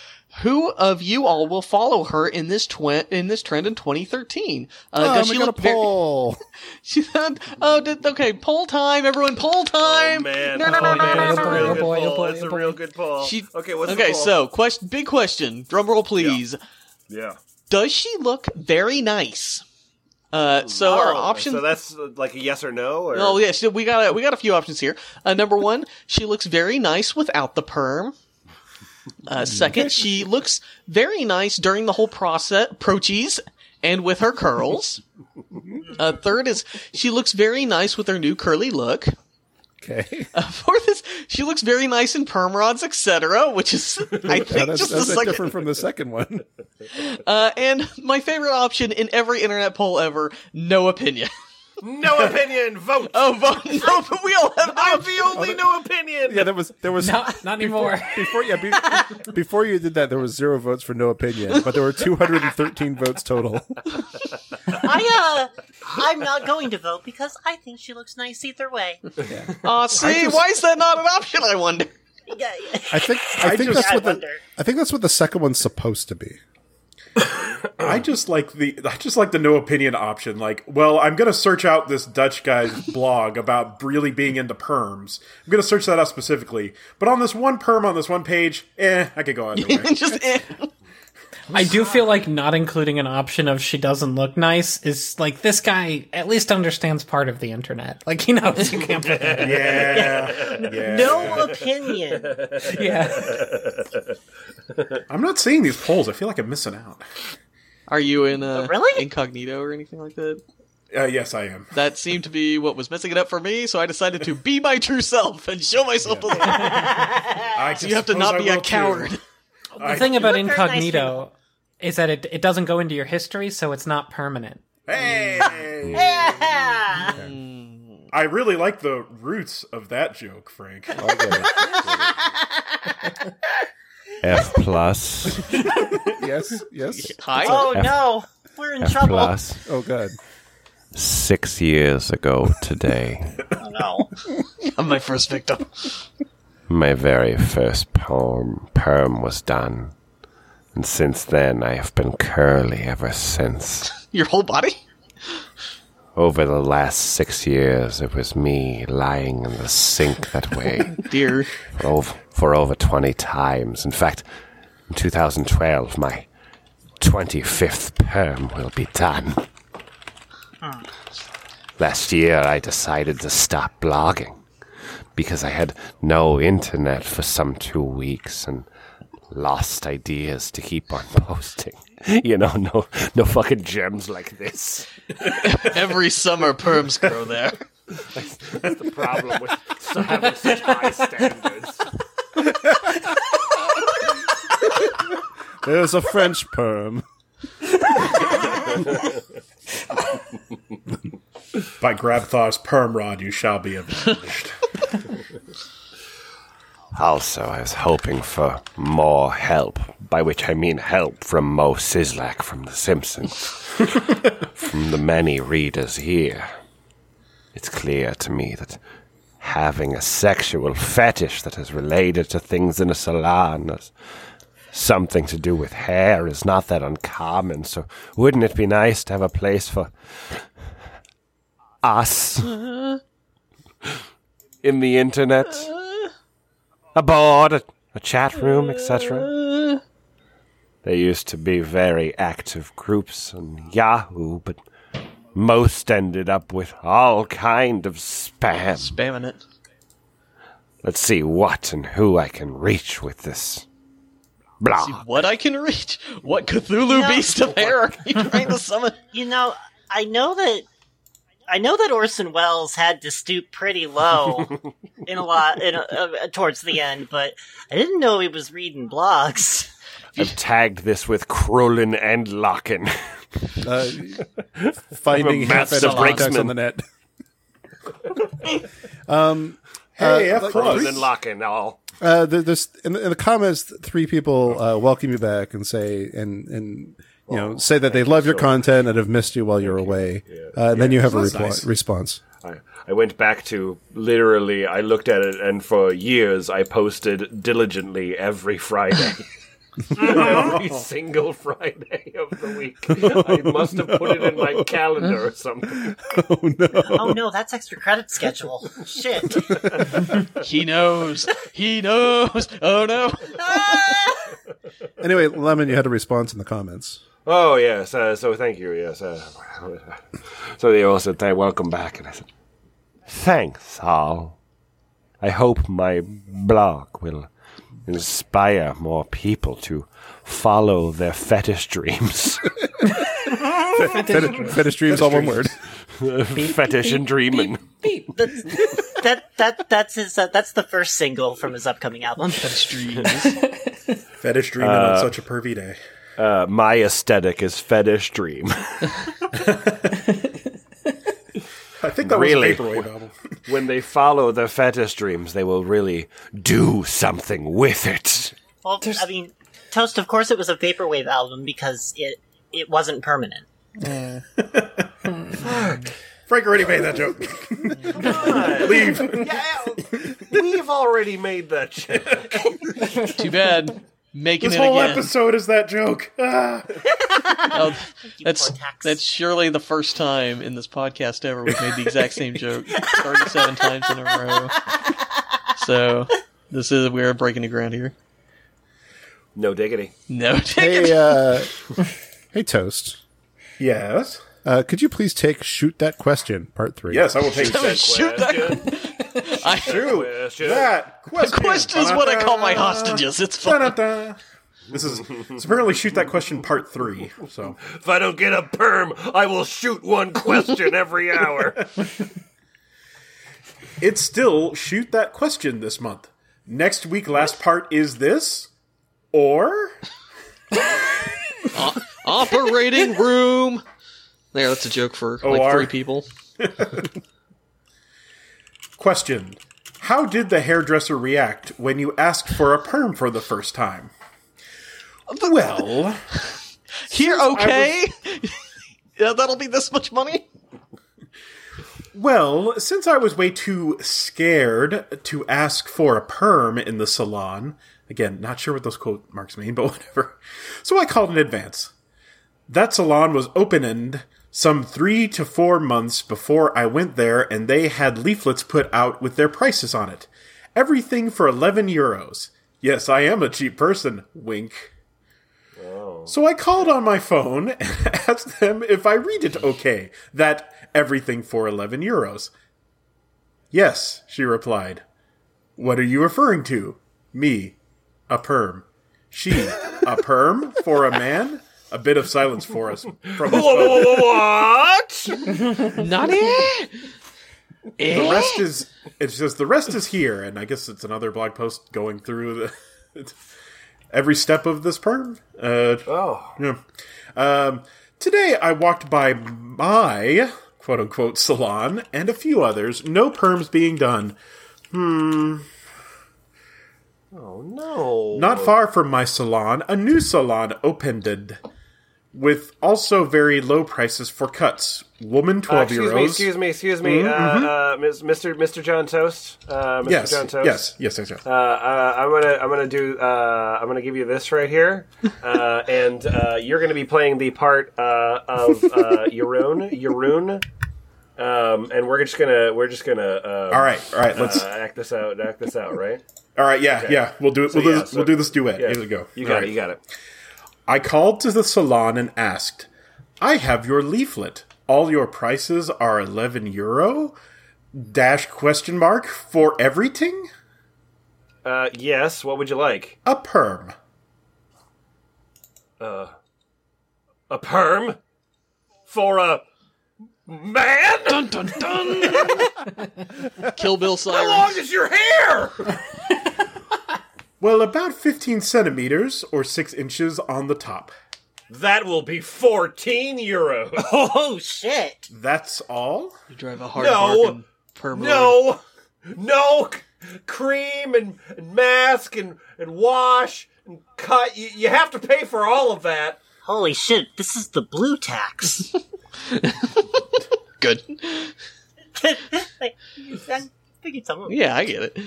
Who of you all will follow her in this twen- in this trend in 2013? Uh, Oh, does I'm she gonna look very- *laughs* poll. *laughs* She said, "Oh, did, okay, poll time, everyone, poll time." Oh, man. No, no, no, Oh, no, man, no, that's no, a no, real no. good boy, oh, poll. boy, That's oh, a boy. real good poll. She- okay, what's okay, the poll? so question, big question, drum roll, please. yeah. Does she look very nice? Uh, so our options. Oh, So that's uh, like a yes or no, or Oh yeah, so we got a, we got a few options here. Uh, number one, she looks very nice without the perm. *laughs* Uh, second, she looks very nice during the whole process, proches, and with her curls. Uh, third is she looks very nice with her new curly look. *laughs* *laughs* Okay, Fourth is she looks very nice in perm rods, etc., which is I think *laughs* Yeah, that's, just that's the like second different from the second one. Uh, and my favorite option in every internet poll ever: no opinion. *laughs* No opinion, vote! Oh, vote no, but we all have I'm the only no opinion! *laughs* Yeah, there was there was Not, not anymore. before yeah *laughs* be, before you did that there was zero votes for no opinion, but there were 213 votes total. I, uh, I'm not going to vote because I think she looks nice either way. Aw, see, why is that not an option? I wonder. *laughs* Yeah, yeah. I think I think just- that's I what the wonder. I think that's what the second one's supposed to be. I just like the I just like the no opinion option. Like, well, I'm gonna search out this Dutch guy's *laughs* blog about really being into perms. I'm gonna search that out specifically. But on this one perm on this one page, eh, I could go either *laughs* way. *laughs* just eh. I do feel like not including an option of she doesn't look nice is like this guy at least understands part of the internet. Like he knows you *laughs* can't put that. yeah, yeah. *laughs* No opinion. Yeah. I'm not seeing these polls. I feel like I'm missing out. Are you in Oh, uh, Really? incognito or anything like that? Uh, yes, I am. That seemed to be what was messing it up for me, so I decided to be my true self and show myself. to the world. I You *laughs* have to suppose not I be a will, too. coward. *laughs* The thing about look very nice incognito is that it, it doesn't go into your history, so it's not permanent. Hey, Yeah. I really like the roots of that joke, Frank. *laughs* F plus. Yes, yes. Hi. Oh no, we're in F trouble. plus. *laughs* Oh god. Six years ago today, Oh, no. *laughs* I'm my first victim. *laughs* my very first poem perm was done, and since then I have been curly ever since. Your whole body? Over the last six years, it was me lying in the sink that way. Dear. for over, for over 20 times. In fact, in 2012, my 25th perm will be done. Last year, I decided to stop blogging because I had no internet for some two weeks and lost ideas to keep on *laughs* posting. You know, no, no fucking gems like this. Every summer, perms grow there. That's the problem with so- having such high standards. There's a French perm. By Grabthar's perm rod, you shall be avenged. Also, I was hoping for more help, by which I mean help from Mo Sizlak from The Simpsons, from the many readers here. It's clear to me that having a sexual fetish that is related to things in a salon, is something to do with hair, is not that uncommon, so wouldn't it be nice to have a place for us in the internet? a board, a, a chat room, etc. There used to be very active groups on Yahoo, but most ended up with all kind of spam. Spamming it. Let's see what and who I can reach with this. See Blah. what I can reach? What Cthulhu No. beast of hair are you trying to summon? You know, I know that I know that Orson Welles had to stoop pretty low *laughs* in a lot in a, uh, towards the end, but I didn't know he was reading blogs. I've tagged this with Krolin *laughs* and Locken. Uh, finding I'm a half master of contacts brakesman. on the net. um, Hey, uh, F like- Krolin and Locken all. Uh, there- there's in the, in the comments, th- three people uh, welcome you back and say and and you know say that they love your content and have missed you while you're away. Uh, and then you have a That's repli- nice. response. I, I went back to literally, I looked at it, and for years I posted diligently every *laughs* Friday. Uh-huh. every single Friday of the week. I must have put it in my calendar or something. Oh no, that's extra credit schedule. Shit. *laughs* He knows. He knows. Oh no. Ah! Anyway, Lemon, you had a response in the comments. Oh, yes. Uh, so thank you. Yes. Uh, *laughs* So they all said, "Hey, welcome back." And I said, "Thanks, all. I hope my blog will inspire more people to follow their *laughs* fetish dreams, *laughs* Fet- Fetish dreams, all one word. fetish and dreaming." That's, that that that's his uh, that's the first single from his upcoming album. Fetish dreaming on such a pervy day. Uh, my aesthetic is fetish dream. *laughs* I think that Really? was a paperweight album. when they follow their fetish dreams, they will really do something with it. Well, I mean, Toast. Of course, it was a vaporwave album because it it wasn't permanent. Frank already made that joke. Leave. *laughs* We've already made that joke. Too bad. Making This it whole again. episode is that joke. Ah. Oh, You that's poor tax. that's surely the first time in this podcast ever we've made the exact same joke *laughs* 37 times in a row. So this is we're breaking the ground here. no diggity. No, *laughs* take it. Hey, uh, hey, Toast. Yes. Uh, could you please take shoot that question part three? Yes, I will take that. shoot that. *laughs* I, Shoot that the question. question is what I call *laughs* my hostages. It's fun. Da-da-da. This is it's apparently shoot that question part three. So If I don't get a perm, I will shoot one question every *laughs* hour. it's still shoot that question this month. Next week, last part is this or Operating room. There, that's a joke for like OR. three people. question. How did the hairdresser react when you asked for a perm for the first time? Well, Here, okay. *laughs* yeah, that'll be this much money. Well, since I was way too scared to ask for a perm in the salon, again, not sure what those quote marks mean, *laughs* but whatever. So I called in advance. That salon was opened some three to four months before I went there, and they had leaflets put out with their prices on it. Everything for 11 euros. Yes, I am a cheap person. Wink. So I called on my phone *laughs* and asked them if I read it okay. That everything for 11 euros. Yes, she replied. What are you referring to? Me, a perm. She, a perm for a man? A bit of silence for us from *laughs* us. Not it. the rest is it's just the rest is here and i guess it's another blog post going through the every step of this perm uh, oh yeah. um, today i walked by my quote unquote salon and a few others no perms being done hmm Oh no! not far from my salon a new salon opened with also very low prices for cuts woman 12 Uh, excuse euros me, excuse me, excuse me, Mhm, mhm. uh, uh, Ms- Mr. Mr. John Toast. Uh, Mr. Yes, John Toast. yes, yes, yes, yes. Uh, uh, I'm gonna, I'm gonna do, uh, I'm gonna give you this right here, *laughs* uh, and uh, you're gonna be playing the part uh, of uh, Yaroon, Yaroon, um, and we're just gonna, we're just gonna. Um, All right, all right, let's- uh, act this out, act this out, right? All right, yeah, Okay. yeah, we'll do it. So, we'll, do yeah, this, so- we'll do this duet. yeah. *laughs* Here we go. You got it, you got it. I called to the salon and asked, "I have your leaflet. All your prices are eleven euro dash question mark for everything. Uh, yes. What would you like? A perm. Uh, a perm for a man? Dun dun dun! Kill Bill How long is your hair? Well, about fifteen centimeters or six inches on the top. That will be fourteen euros. Oh shit! That's all. You drive a hard No. bargain, perm. No, no c- cream and, and mask and, and wash and cut. You, you have to pay for all of that. Holy shit, this is the blue *laughs* tax. Good. like, I figured someone. Yeah, I get it.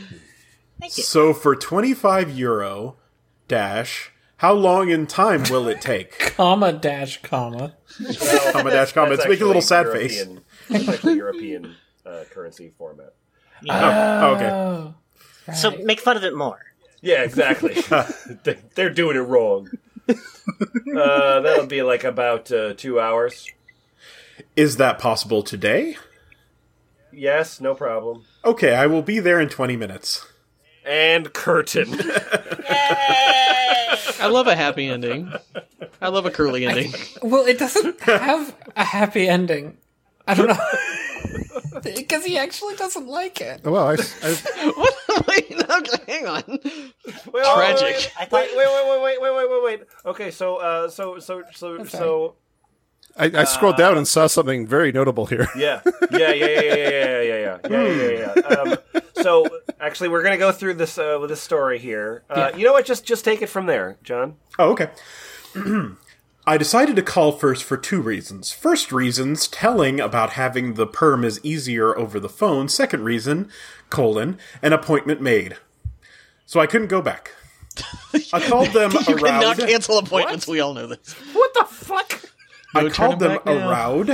So for twenty five euro dash, how long in time will it take? Comma dash comma. comma dash comma. *laughs* It's That's making a little sad actually face. European- *laughs* That's actually European uh, currency format. Uh, Oh, okay. So make fun of it more. Yeah, exactly. *laughs* They- They're doing it wrong. Uh, that'll be like about uh, two hours. Is that possible today? Yes, no problem. Okay, I will be there in 20 minutes. And curtain. I love a happy ending. I love a curly *laughs* ending. Well, it doesn't have a happy ending. I don't know. *laughs* Because he actually doesn't like it. Oh, Well, I, *laughs* hang on. Wait, oh, wait, Tragic. Wait, wait, wait, wait, wait, wait, wait, wait, wait. Okay, so, uh, so, so, so, so. I, I scrolled down and saw something very notable here. Yeah, yeah, yeah, yeah, yeah, yeah, yeah, yeah, yeah, yeah, yeah. yeah. Um, so, actually, we're gonna go through this uh, with this story here. Uh, Yeah. You know what? Just, just take it from there, John. Oh, okay. *clears throat* I decided to call first for two reasons. First reason's telling about having the perm is easier over the phone. Second reason, colon, an appointment made. So I couldn't *laughs* go back. I called them you cannot around. cancel appointments. We all know this. What the fuck? I called them back now. around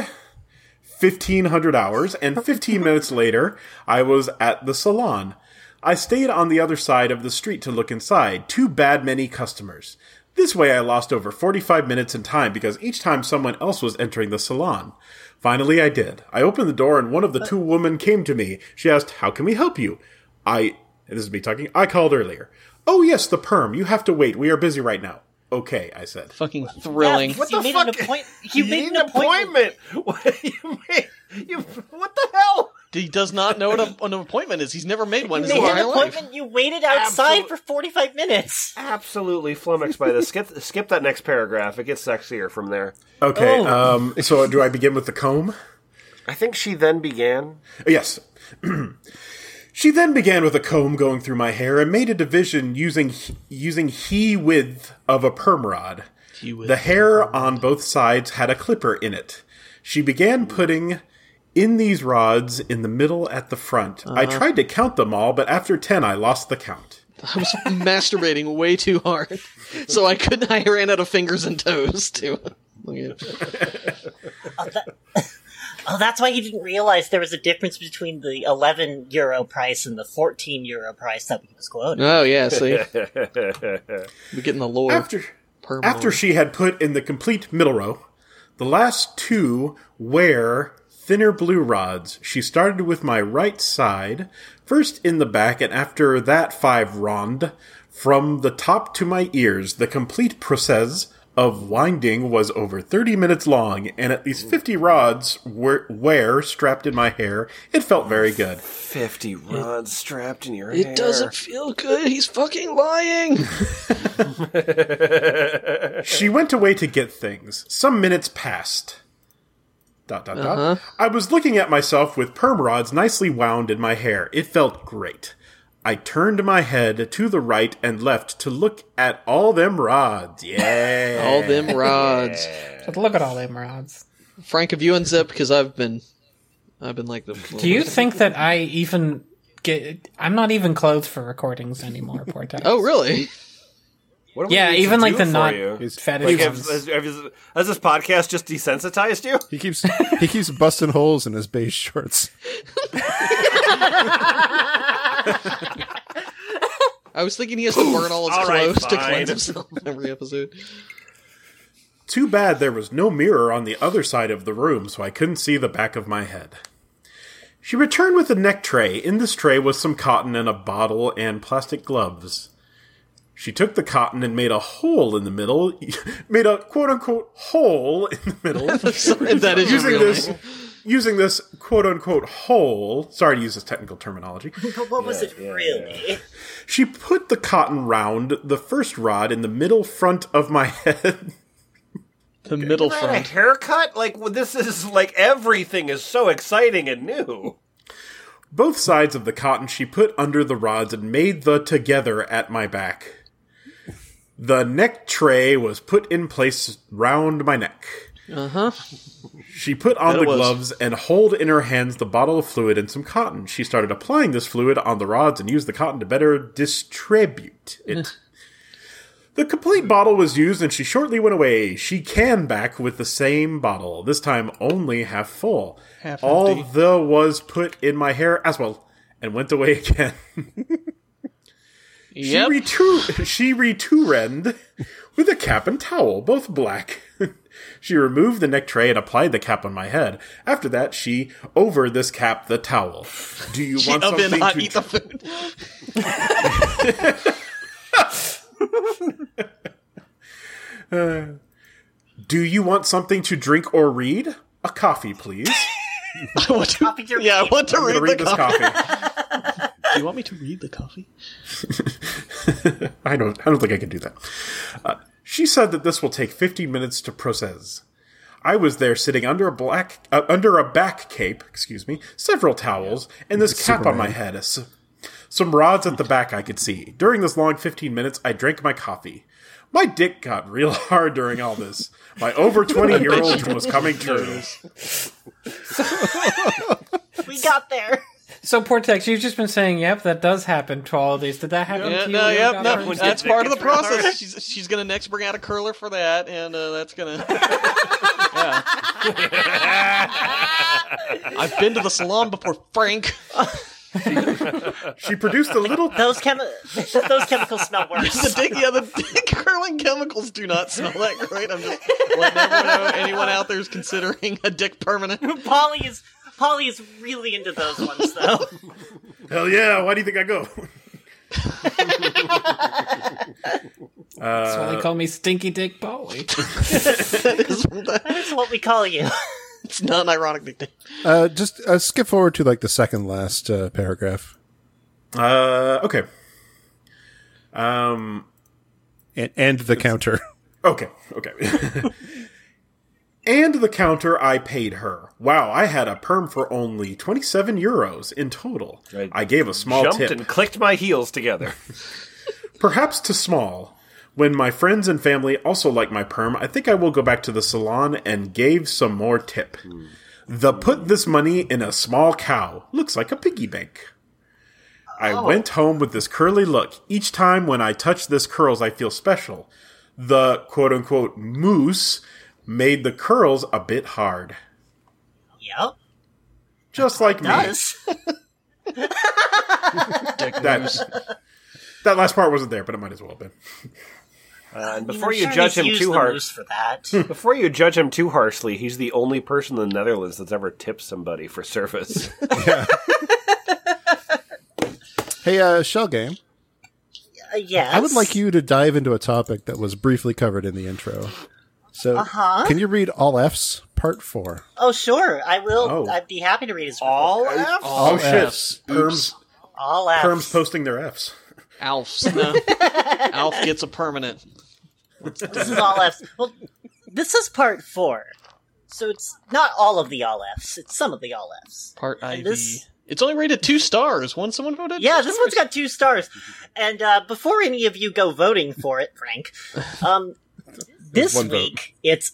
1500 hours, *laughs* and 15 minutes later, I was at the salon. I stayed on the other side of the street to look inside. Too bad many customers. This way, I lost over 45 minutes in time because each time someone else was entering the salon. Finally, I did. I opened the door, and one of the two women came to me. She asked, How can we help you? I, this is me talking, I called earlier. Oh, yes, the perm. You have to wait. We are busy right now. Okay, I said. Fucking thrilling. What you the made fuck? An *laughs* appoint- you, made an, appointment. What the hell? He does not know what a, an appointment is. He's never made one in You his made an entire life. appointment. You waited outside Absolute- for forty-five minutes. Absolutely flummoxed by this. Skip, skip that next paragraph. It gets sexier from there. Okay, Oh. um, so do I begin with the comb? Uh, I think she then began. Yes. *clears throat* she then began with a comb going through my hair and made a division using using he width of a perm rod. The hair on both sides had a clipper in it. She began putting in these rods in the middle at the front. I Uh-huh. tried to count them all, but after 10 I lost the count. I was *laughs* masturbating way too hard, so I couldn't. I ran out of fingers and toes too. Look at it. Oh, that's why you didn't realize there was a difference between the eleven euro price and *laughs* the fourteen euro price that he was quoting. Oh yeah, see, we're getting the lore. After per After mole. she had put in the complete middle row, the last two were thinner blue rods. She started with my right side, first in the back, and after that five rond, from the top to my ears. The complete process of winding was over 30 minutes long, and at least 50 rods were, were strapped in my hair. It felt very good. 50 rods strapped in your hair. It doesn't feel good. He's fucking lying. she went away to get things. Some minutes passed. Dot dot dot. Uh-huh. I was looking at myself with perm rods nicely wound in my hair. It felt great. I turned my head to the right and left to look at all *laughs* them rods. Yeah. all them rods. But look at all them rods. Frank, have you unzipped? Because I've been, I've been like the. Do you think that I even get? I'm not even clothed for recordings *laughs* anymore, Portex. Oh, really? What do we Yeah, need to even like do the for non you? fetish. Like, have, has, have- has this podcast just desensitized you? *laughs* He keeps he keeps busting holes in his beige shorts. I was thinking he has to burn all his All right, clothes to fine. cleanse himself every episode. *laughs* Too bad there was no mirror on the other side of the room, so I couldn't see the back of my head. She returned with a neck tray. In this tray was some cotton and a bottle and plastic gloves. She took the cotton and made a hole in the middle, *laughs* made a quote unquote hole in the middle. that is a using real this, name. using this quote unquote hole. Sorry to use this technical terminology. But what was it really? She put the cotton round the first rod in the middle front of my *laughs* head. The middle Had a front. haircut? Like well, this is like everything is so exciting and new. Both sides of the cotton she put under the rods and made the together at my back. The neck tray was put in place round my neck. Uh huh. She put on That the was- gloves and hold in her hands the bottle of fluid and some cotton. She started applying this fluid on the rods and used the cotton to better distribute *laughs* it. the complete bottle was used and she shortly went away. She came back with the same bottle, this time only half full. Half All empty. the was put in my hair as well and went away *laughs* again. Yep. She retu- she returened with a cap and towel, both black. *laughs* she removed the neck tray and applied the cap on my head. After that, she over this cap the towel. *laughs* Do you want Oven something hot, to eat the food. Do you want something to drink or read? A *laughs* coffee, please. *laughs* I want to, yeah, I want to I'm read, gonna read the this coffee. coffee. Do you want me to read the coffee? I don't. I don't think I can do that. Uh, she said that this will take 15 minutes to process. I was there sitting under a black, uh, under a back cape, excuse me, several towels, and this cap on my head. S- Some rods at the back I could see. During this long 15 minutes, I drank my coffee. My dick got real *laughs* hard during all this. My over 20 year old was coming true. *laughs* We got there. So Portex, you've just been saying, "Yep, that does happen to all of these." Did that happen Yeah, to you? no, when you yep, got no. first? That's part of the process. She's she's gonna next bring out a curler for that, and uh, that's *laughs* gonna. yeah. *laughs* I've been to the salon before, Frank. She produced a little Those chemi- *laughs* those chemicals smell The worse. dick, yeah, the dick *laughs* curling chemicals do not smell that great. I'm just letting everyone know anyone out there is considering a dick permanent. *laughs* *laughs* Polly is Polly is really into those ones though. *laughs* Hell yeah, why do you think I go? That's why they call me Stinky Dick Polly. That's what we call you. It's not an ironic nickname. Uh, just uh, skip forward to like the second last uh, paragraph. Uh, okay. Um, and, and the counter. Okay, okay. and the counter I paid her. Wow, I had a perm for only 27 euros in total. I, gave a small Jumped tip, and clicked my heels together. perhaps too small. When my friends and family also like my perm, I think I will go back to the salon and gave some more tip. The put this money in a small cow. Looks like a piggy bank. I went home with this curly look. Each time when I touch this curls, I feel special. The quote unquote moose made the curls a bit hard. Yep. Just like me. Does. That, that last part wasn't there, but it might as well have been. Uh, and mean, before I'm you sure judge he's him used too the harshly, moose for that. Uh, *laughs* before you judge him too harshly, he's the only person in the Netherlands that's ever tipped somebody for *laughs* service. *laughs* Hey, uh, Shell Game. Uh, yes. I would like you to dive into a topic that was briefly covered in the intro. So, Uh-huh. can you read all F's part four? Oh, sure. I will. Oh. I'd be happy to read his all F's. All oh shit! Fs. Perms, All F's. perms posting their Fs. *laughs* Alf's. No. Alf gets a permanent. This is all F's. Well, this is part four, so it's not all of the all F's. It's some of the all F's. Part IV. this- It's only rated two stars. One someone voted. Yeah, this one's got two stars. And uh, before any of you go voting for it, Frank, um, this one vote. week it's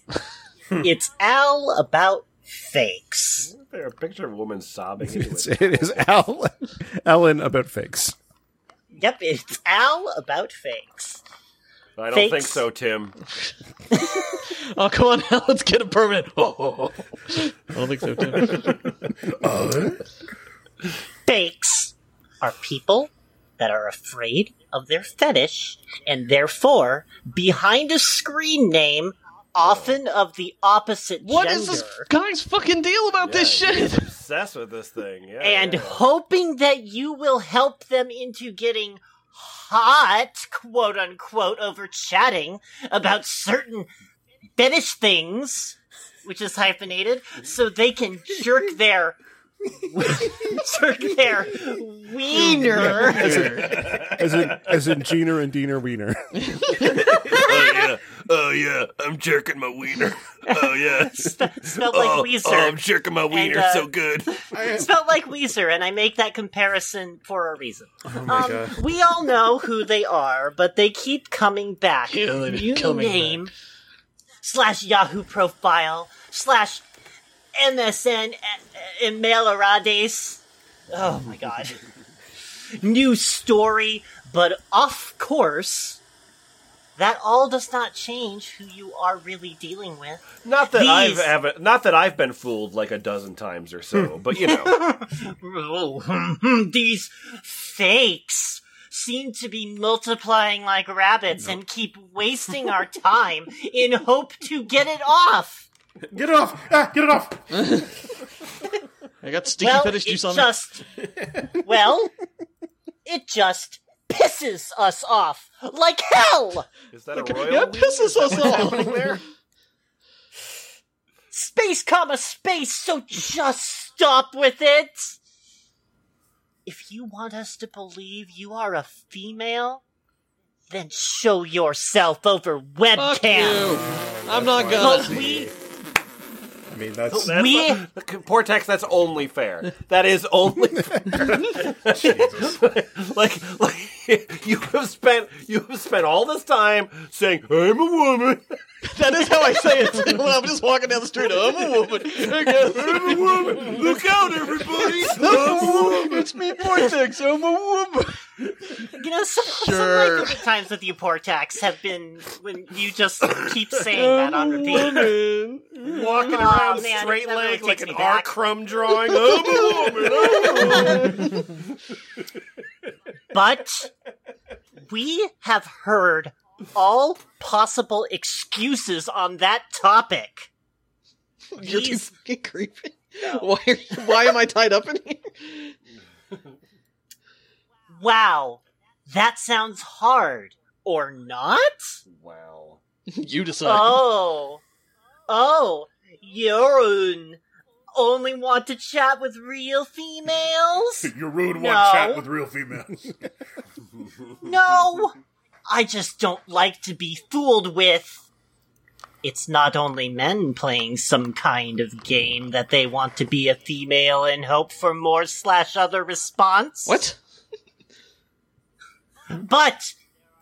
it's Al about fakes. Isn't there a picture of a woman sobbing? It's, it is Al, *laughs* Alan about fakes. Yep, it's Al about fakes. I don't fakes. think so, Tim. Oh come on, now, let's get a permanent. *laughs* Oh, oh, oh. I don't think so. Tim. Fakes are people that are afraid of their fetish and therefore behind a screen name often of the opposite What gender is this guy's fucking deal about this shit? Obsessed with this thing. Yeah. and *laughs* yeah. hoping that you will help them into getting hot quote unquote over chatting about certain fetish things which is hyphenated so they can jerk their *laughs* jerk their wiener As in, as in, as in Gina and Diener *laughs* Wiener. oh yeah, oh yeah, I'm jerking my wiener. Oh yeah, smelled like oh, Weezer. Oh, I'm jerking my wiener uh, so good. It felt like Weezer, and I make that comparison for a reason. Um, Oh my god. We all know who they are, but they keep coming back. Yeah, they keep New coming name slash Yahoo profile slash MSN e- e- emailorades. Oh my god! *laughs* New story, but of course, that all does not change who you are really dealing with. Not that I've These- haven't, not that I've been fooled like a dozen times or so, but you know, Oh, *laughs* these fakes seem to be multiplying like rabbits and keep wasting our time in hope to get it off. Get it off! Ah, get it off! I got sticky well, fetish it juice on me. just well, it just pisses us off like hell. is that a *laughs* Yeah, royal? it pisses us off. Space comma space, so just stop with it. If you want us to believe you are a female, then show yourself over webcam. Fuck you. I'm not But gonna. we, I mean, that's That's We- not- Portex, that's only fair. That is *laughs* only fair. like, like *laughs* you have spent you have spent all this time saying I'm a woman. That is how I say it. *laughs* too. When I'm just walking down the street. I'm a woman. I guess. *laughs* I'm a woman. Look out, everybody! I'm a woman. it's me, Vortex. I'm a woman. you know, some, some Sure. my favorite times with you, Portax, have been when you just keep saying that *laughs* on repeat. Walking Aw, around Oh, man, that really straight leg like takes an me R back. *laughs* crumb drawing. I'm a woman. oh, I'm a woman. But we have heard all possible excuses on that topic. You're too These- fucking creepy. Why? Are you, why am I tied up in here? Wow, that sounds hard. Or not? Wow. You decide. Oh. Oh, Yorun only want to chat with real females? *laughs* your rude one No. chat with real females. *laughs* No! I just don't like to be fooled with. It's not only men playing some kind of game that they want to be a female and hope for more slash other response. what? But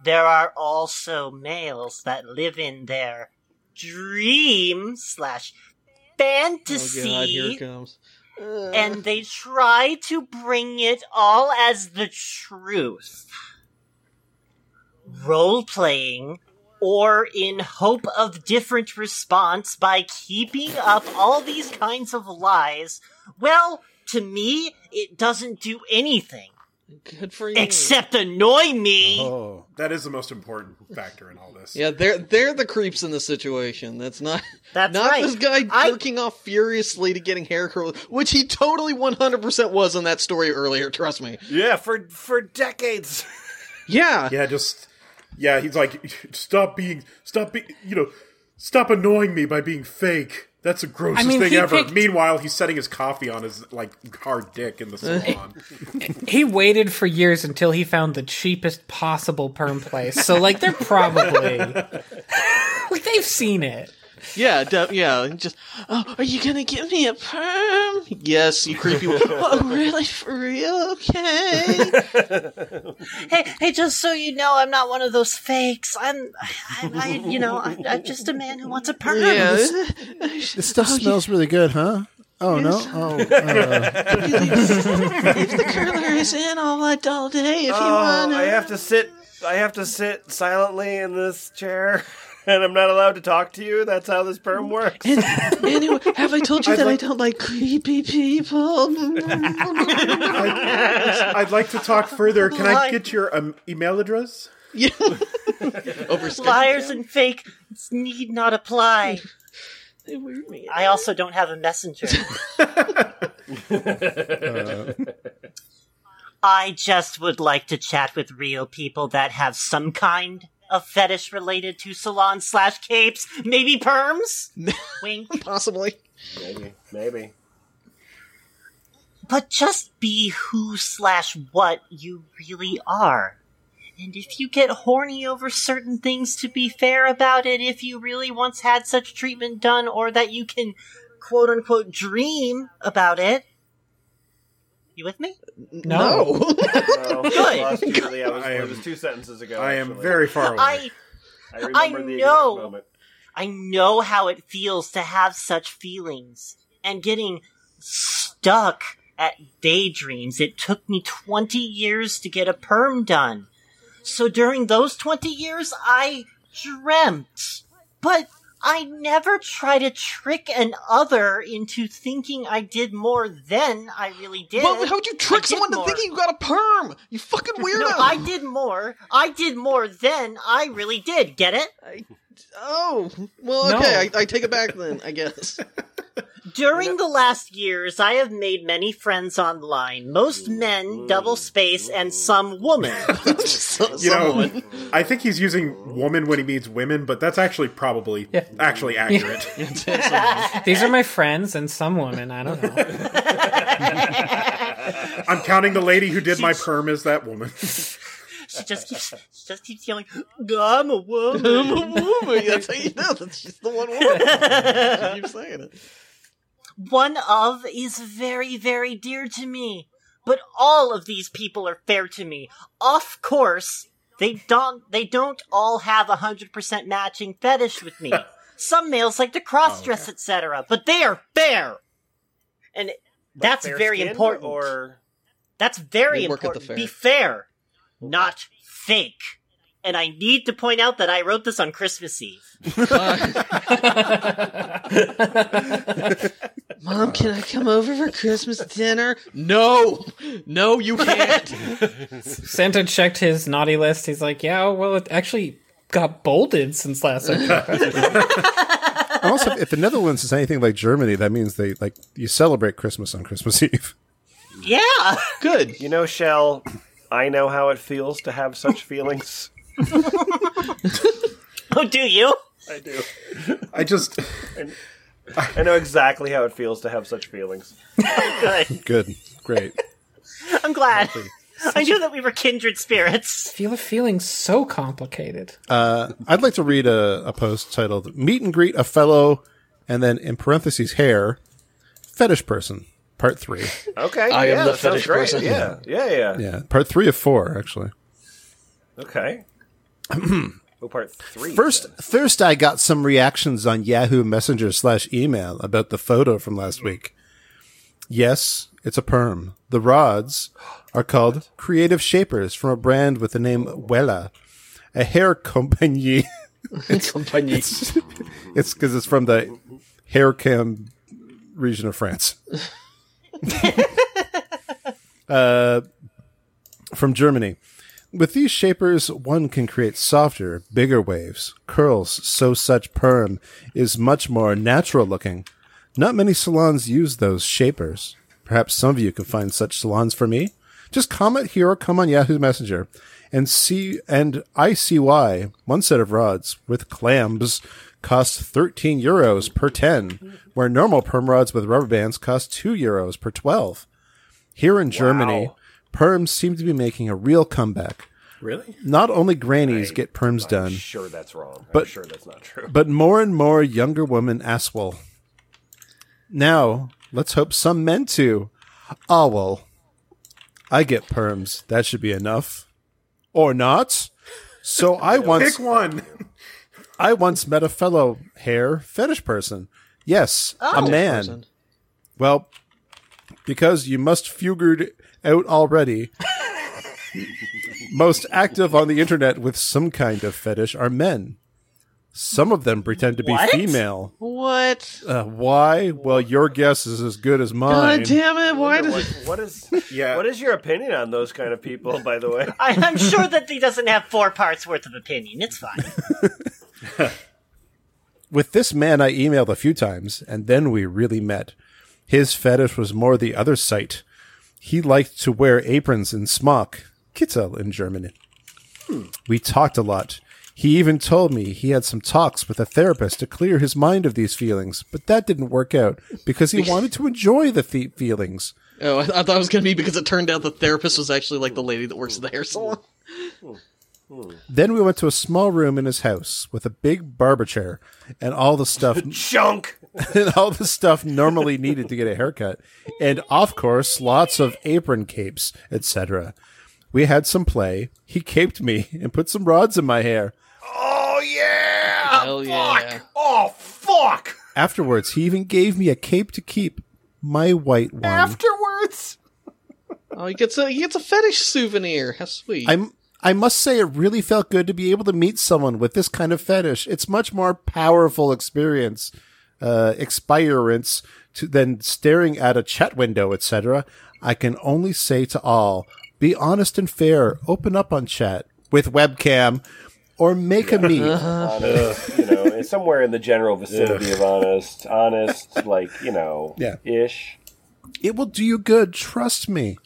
there are also males that live in their dream slash Oh god, here it fantasy comes. and they try to bring it all as the truth. Role playing or in hope of different response by keeping up all these kinds of lies, well, to me, it doesn't do anything. Good for you. Except annoy me. Oh, that is the most important factor in all this. Yeah, they're they're the creeps in the situation. That's not *laughs* That's not right. this guy jerking off furiously to getting hair curl, which he totally one hundred percent was in that story earlier. Trust me. Yeah, for for decades. Yeah. Yeah, just yeah, he's like stop being stop being you know, stop annoying me by being fake. That's the grossest I mean, thing he ever. picked- Meanwhile, he's setting his coffee on his like hard dick in the salon. He waited for years until he found the cheapest possible perm place. So like they're *laughs* probably like they've seen it. Yeah, de- yeah. Just, oh, are you gonna give me a perm? Yes, you creepy. *laughs* oh, really? For real? Okay. Hey, hey, just so you know, I'm not one of those fakes. I'm, I, I you know, I'm, I'm just a man who wants a perm. Yeah. This stuff smells really good, huh? Oh no! Oh, uh, if the curler is in all that all day, if you Oh, wanna. I have to sit. I have to sit silently in this chair, *laughs* and I'm not allowed to talk to you. That's how this perm works. Anyway, have I told you I'd that like- I don't like creepy *laughs* people? I'd like to talk further. Can I get your um, email address? yeah. Over Liars and fake need not apply. They weird me. I also don't have a messenger. Uh, I just would like to chat with real people that have some kind of fetish related to salons slash capes, maybe perms. Wink. Possibly. Maybe, maybe. but just be who slash what you really are. And if you get horny over certain things, to be fair about it, if you really once had such treatment done, or that you can quote unquote dream about it. You with me? No. *laughs* *laughs* No, I lost you. Yeah, it was, I it am- was two sentences ago. I am actually. very far away. I I remember I the exact know. moment. I know how it feels to have such feelings and getting stuck at daydreams. It took me 20 years to get a perm done. So during those 20 years, I dreamt. But I never try to trick an other into thinking I did more than I really did. Well, how'd you I trick did someone more. to thinking you got a perm? You fucking weirdo. No, I did more. I did more than I really did. Get it? Oh, well, No. okay. I, I take it back then, I *laughs* guess. During the last years, I have made many friends online. Most Mm, men, double space, and some *laughs* woman. So- you someone. know, I think he's using woman when he means women, but that's actually probably actually accurate. These are my friends and some women, I don't know. I'm counting the lady who did my perm as that woman. *laughs* she just keeps, she just keeps yelling, "I'm a woman." I'm *laughs* a woman. That's how you know. That's just the one woman. You keep saying it. One of is very, very dear to me, but all of these people are fair to me. Of course, they don't. They don't all have a hundred percent matching fetish *laughs* with me. Some males like to Oh, cross dress, etc., but they are fair, and that's Fair very skin important. Or That's very They work at the important. Be fair, not fake. And I need to point out that I wrote this on Christmas Eve. Mom, can I come over for Christmas dinner? No, no, you can't. *laughs* Santa checked his naughty list. He's like, yeah, well, it actually got bolded since last *laughs* time. *laughs* also, if the Netherlands is anything like Germany, that means they like you celebrate Christmas on Christmas *laughs* Eve. Mm. Yeah, *laughs* Good. you know, Shell. I know how it feels to *laughs* have such feelings. oh, *laughs* do you? I do. I just I know exactly how it feels to have such feelings. Good. Good, great. I'm glad. *laughs* I knew that we were kindred spirits. Feel a feeling so complicated. Uh, I'd like to read a, a post titled "Meet and Greet a Fellow," and then in parentheses, "Hair Fetish Person." Part three. Okay, I yeah, am the that sounds fetish great. person. Yeah, yeah, yeah. Yeah, part three of four actually. *clears throat* Okay. oh, part three. First, first, I got some reactions on Yahoo Messenger slash email about the photo from last week. Yes, it's a perm. The rods are called Creative Shapers from a brand with the name Wella, a hair company. Company. It's because it's from the hair cam region of France. uh, from Germany. With these shapers, one can create softer, bigger waves. Curls, so such perm, is much more natural looking. Not many salons use those shapers. Perhaps some of you can find such salons for me. Just comment here or come on Yahoo Messenger and see and I see why one set of rods with clams costs 13 euros per 10, where normal perm rods with rubber bands cost 2 euros per 12. Here in Germany, perms seem to be making a real comeback. Really? Not only grannies get perms done, Sure, that's wrong. But- I'm sure that's not true. but more and more younger women asshole. Now, let's hope some men too. Ah, well. I get perms. That should be enough. Or not. *laughs* So I once Pick one. I once met a fellow hair fetish person. Yes, a man. person. Well, because you must figured out already. most active on the internet with some kind of fetish are men. Some of them pretend to be What? female. What? Uh, why? Well, your guess is as good as mine. God damn it! Why does What is *laughs* Yeah. what is your opinion on those kind of people? By the way, I, I'm sure that he doesn't have four parts worth of opinion. It's fine. With this man, I emailed a few times, and then we really met. His fetish was more the other sight. He liked to wear aprons and smock, Kittel in German. We talked a lot. He even told me he had some talks with a therapist to clear his mind of these feelings, but that didn't work out because he wanted to enjoy the fe- feelings. Oh, I, I thought it was going to be because it turned out the therapist was actually like the lady that works at the hair *laughs* salon. Then we went to a small room in his house with a big barber chair and all the stuff junk. *laughs* and all the stuff normally needed to get a haircut, and of course, lots of apron capes, etc. We had some play. He caped me and put some rods in my hair. Oh yeah! Hell yeah! Oh fuck! Afterwards, he even gave me a cape to keep, my white one. Afterwards, Oh, he gets a he gets a fetish souvenir. How sweet! I'm. I must say, it really felt good to be able to meet someone with this kind of fetish. It's much more powerful experience, uh, expirance to, than staring at a chat window, etc. I can only say to all: be honest and fair. Open up on chat with webcam, or make a meet. honest, you know, it's somewhere in the general vicinity of honest, honest, like you know, Yeah. ish. It will do you good. Trust me.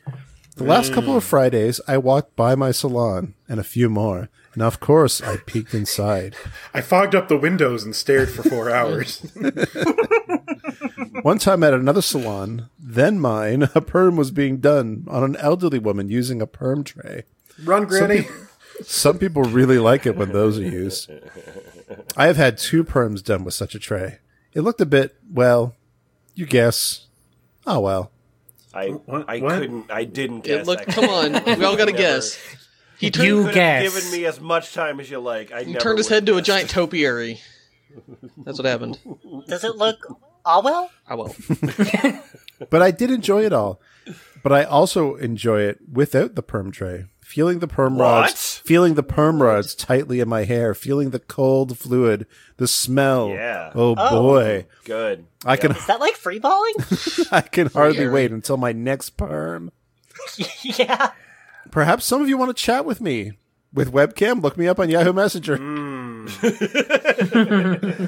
The last couple of Fridays, I walked by my salon and a few more, and of course, I peeked inside. I fogged up the windows and stared for four hours. One time at another salon, then mine, *laughs* a perm was being done on an elderly woman using a perm tray. *laughs* Run, Granny. Some people really like it when those are used. I have had two perms done with such a tray. It looked a bit, well, you guess. Oh well. I What- I what? couldn't. I didn't it guess. look, I come *laughs* on, we all got to guess. He turned You could have guess. given me as much time as you like. I he never turned his would head to a have guessed. giant topiary. That's what happened. Does it look all well? I will. But I did enjoy it all. But I also enjoy it without the perm tray. Feeling the perm rods, What? feeling the perm rods tightly in my hair, feeling the cold fluid, the smell. Yeah. Oh, Oh. boy. Good. I can Is that like free balling? *laughs* I can hardly Gary. wait until my next perm. *laughs* yeah. Perhaps some of you want to chat with me. With webcam, look me up on Yahoo Messenger.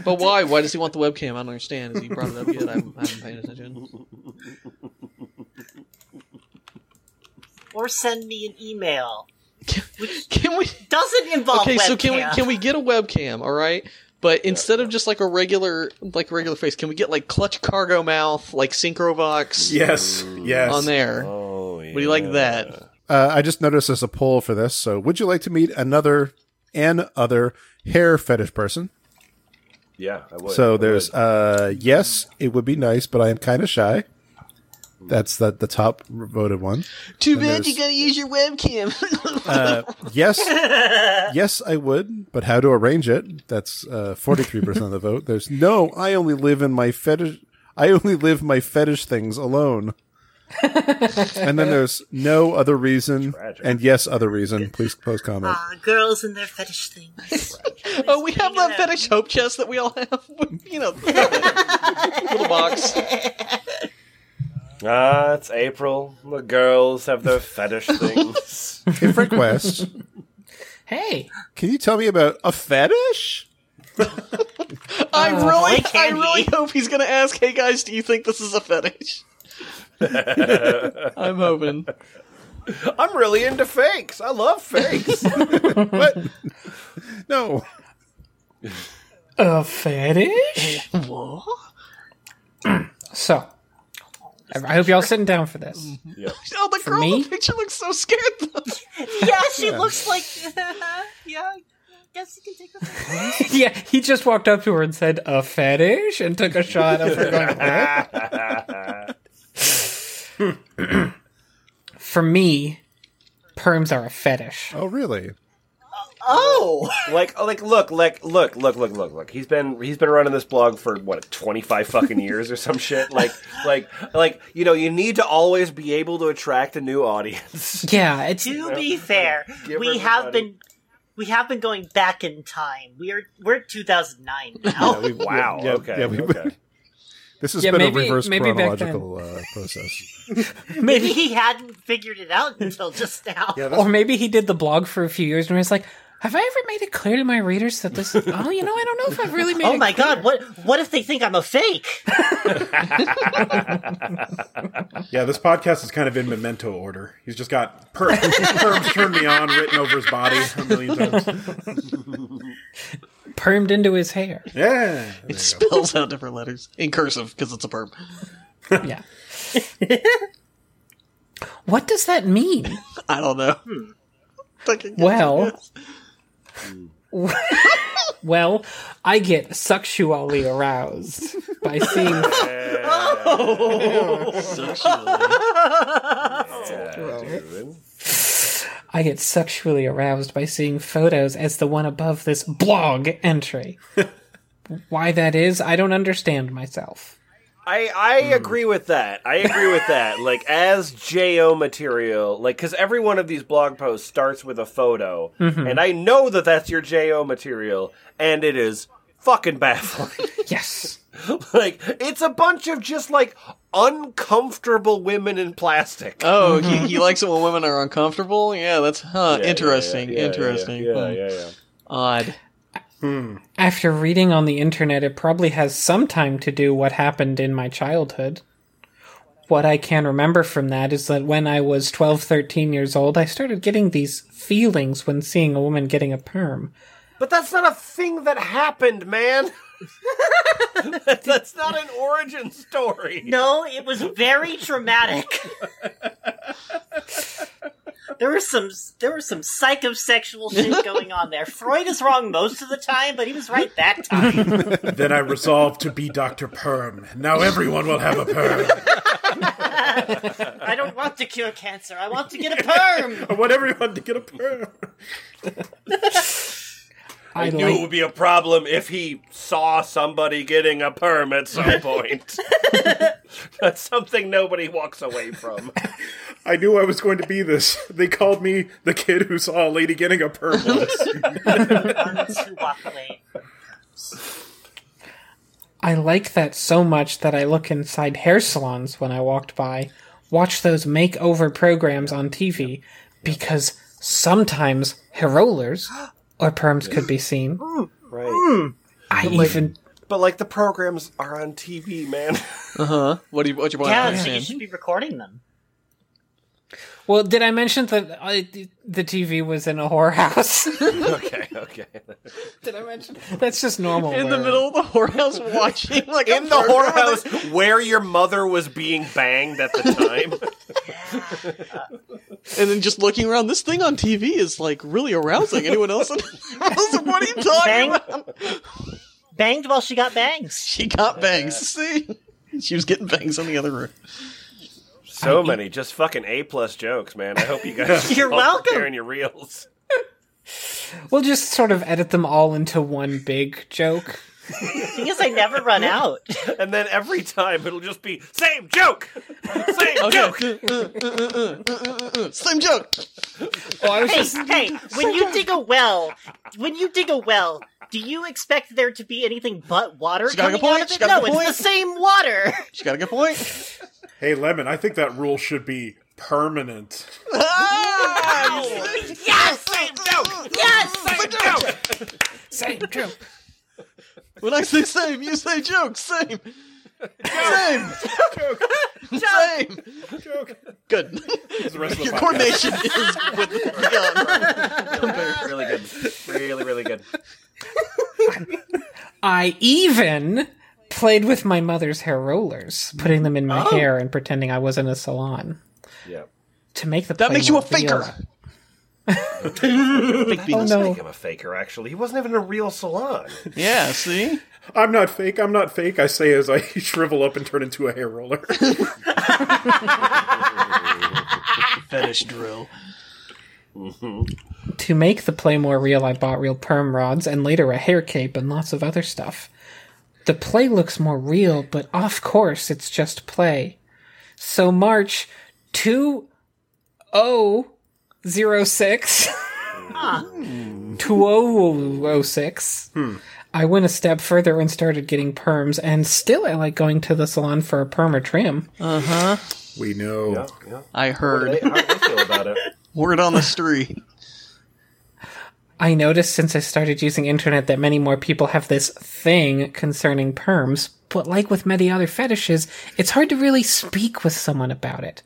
But why? Why does he want the webcam? I don't understand. Is he brought it up yet? I'm, I haven't paid attention. Or send me an email. Can we? Doesn't involve Okay, webcam. so can we can we get a webcam? All right, but instead of just like a regular like regular face, can we get like clutch cargo mouth like synchrovox yes, yes. on there? oh, yeah. Would you like that? Uh, I just noticed there's a poll for this. So, would you like to meet another and other hair fetish person? Yeah, I would. So there's uh, yes, it would be nice, but I am kind of shy. That's the the top voted one. Too bad bad you you gotta use your webcam. Uh, *laughs* yes, yes, I would, but how to arrange it? That's forty three percent of the vote. There's no. I only live in my fetish. I only live my fetish things alone. and then there's no other reason, and yes, other reason. Please post comment. Ah, girls and their fetish things. oh, we have that fetish hope chest *laughs* that we all have. you know, little box. Ah, it's April. The girls have their fetish things. Hey, Frank West. hey. Can you tell me about a fetish? I really, I really hope he's gonna ask, "Hey guys, do you think this is a fetish?" I'm hoping. I'm really into fakes. I love fakes. what? No. A *laughs* fetish? *clears throat* What? So, I hope y'all sitting down for this. Oh, the For girl in me? the picture looks so scared. Though. Yeah, she Yeah. looks *laughs* like. yeah, guess you can take a yeah, he just walked up to her and said, a fetish? And took a shot of her going, "What?" *laughs* *clears throat* For me, perms are a fetish. Oh, really? Oh, *laughs* like like look like look look look look look. He's been he's been running this blog for what twenty five fucking years or some shit. Like like like you know you need to always be able to attract a new audience. *laughs* Yeah, it's to be fair, Give we everybody- have been we have been going back in time. We're we're 2009 now. Yeah, we- Wow, yeah, okay, Yeah, we, okay. *laughs* This has Yeah, been maybe- a reverse maybe back then. chronological uh, process. Maybe he hadn't figured it out until just now. Or maybe he did the blog for a few years and was like, have I ever made it clear to my readers that this? *laughs* Oh, you know, I don't know if I've really made. Oh it my clear. god! What what if they think I'm a fake? Yeah, this podcast is kind of in memento order. He's just got per- *laughs* perms turn me on written over his body a million times. Permed into his hair. Yeah. It spells out different letters in cursive because it's a perm. yeah. *laughs* what does that mean? I don't know. Well, well, I get sexually aroused by seeing. I get sexually aroused by seeing photos as the one above this blog entry. Why that is, I don't understand myself. I I agree with that. I agree with that. Like as Jo material, like because every one of these blog posts starts with a photo, Mhm. and I know that that's your Jo material, and it is fucking baffling. *laughs* Yes. like it's a bunch of just like uncomfortable women in plastic. Oh, mm-hmm. he, he likes it when women are uncomfortable. Yeah, that's huh. interesting. interesting. Hmm. Odd. After reading on the internet, it probably has some time to do what happened in my childhood. What I can remember from that is that when I was 12, 13 years old, I started getting these feelings when seeing a woman getting a perm. But that's not a thing that happened, man. *laughs* that's not an origin story. No, it was very traumatic. *laughs* there was some there was some psychosexual shit going on there. Freud is wrong most of the time, but he was right that time. then I resolved to be Dr. Perm. Now everyone will have a perm. I don't want to cure cancer. I want to get a perm. I want everyone to get a perm. I, I knew it like- would be a problem if he saw somebody getting a perm at *laughs* some point. That's something nobody walks away from. I knew I was going to be this. They called me the kid who saw a lady getting a perm once. Ones who walk away. I like that so much that I look inside hair salons when I walked by, watch those makeover programs on TV, because sometimes hair rollers or perms could be seen. Right. I even But Mm. like the programs are on TV, man. Uh huh. What do you what do you want? Yeah, to so you understand? should be recording them. Well, did I mention that I, the TV was in a whorehouse? *laughs* okay, okay. did I mention? That's just normal. in the where- middle of the whorehouse watching like a *laughs* In the program with- whorehouse where your mother was being banged at the time. and then just looking around. This thing on TV is like really arousing. Anyone else? in the house? *laughs* what are you talking Bang. about? Banged while she got bangs. She got bangs. See, she was getting bangs in the other room. *laughs* so many just fucking A plus jokes, man. I hope you *laughs* guys You're keep up welcome. preparing your reels. We'll just sort of edit them all into one big joke. Thing is, I never run out. And then every time it'll just be same joke. Same joke. *laughs* Same joke. Oh, Well, I was Hey, just hey, when you dig a well, when you dig a well, do you expect there to be anything but water She got a coming good point, out of she it? got a No, good it's point. the same water. She got a good point. Hey, Lemon, I think that rule should be permanent. Yes, same joke. Yes, Ah! same joke. Same joke. When I say same, you say joke. Same. Same. Joke. *laughs* Same. Joke. Good. the rest of *laughs* the Your podcast. coordination is with the really good. Really, really good. I even played with my mother's hair rollers, putting them in my Oh. hair and pretending I was in a salon Yeah. to make the. That play makes you more a faker. *laughs* real. That Oh, does no. make him a faker. Actually, he wasn't even in a real salon. Yeah, see? I'm not fake. I'm not fake. I say as I *laughs* shrivel up and turn into a hair roller. Fetish drill. To make the play more real, I bought real perm rods and later a hair cape and lots of other stuff. The play looks more real, but of course it's just play. So March two oh zero six two oh oh six. I went a step further and started getting perms, and still I like going to the salon for a perm or trim. Uh huh. We know. I heard. How do they feel about it? Word on the street. I noticed since I started using internet that many more people have this thing concerning perms, but like with many other fetishes, it's hard to really speak with someone about it.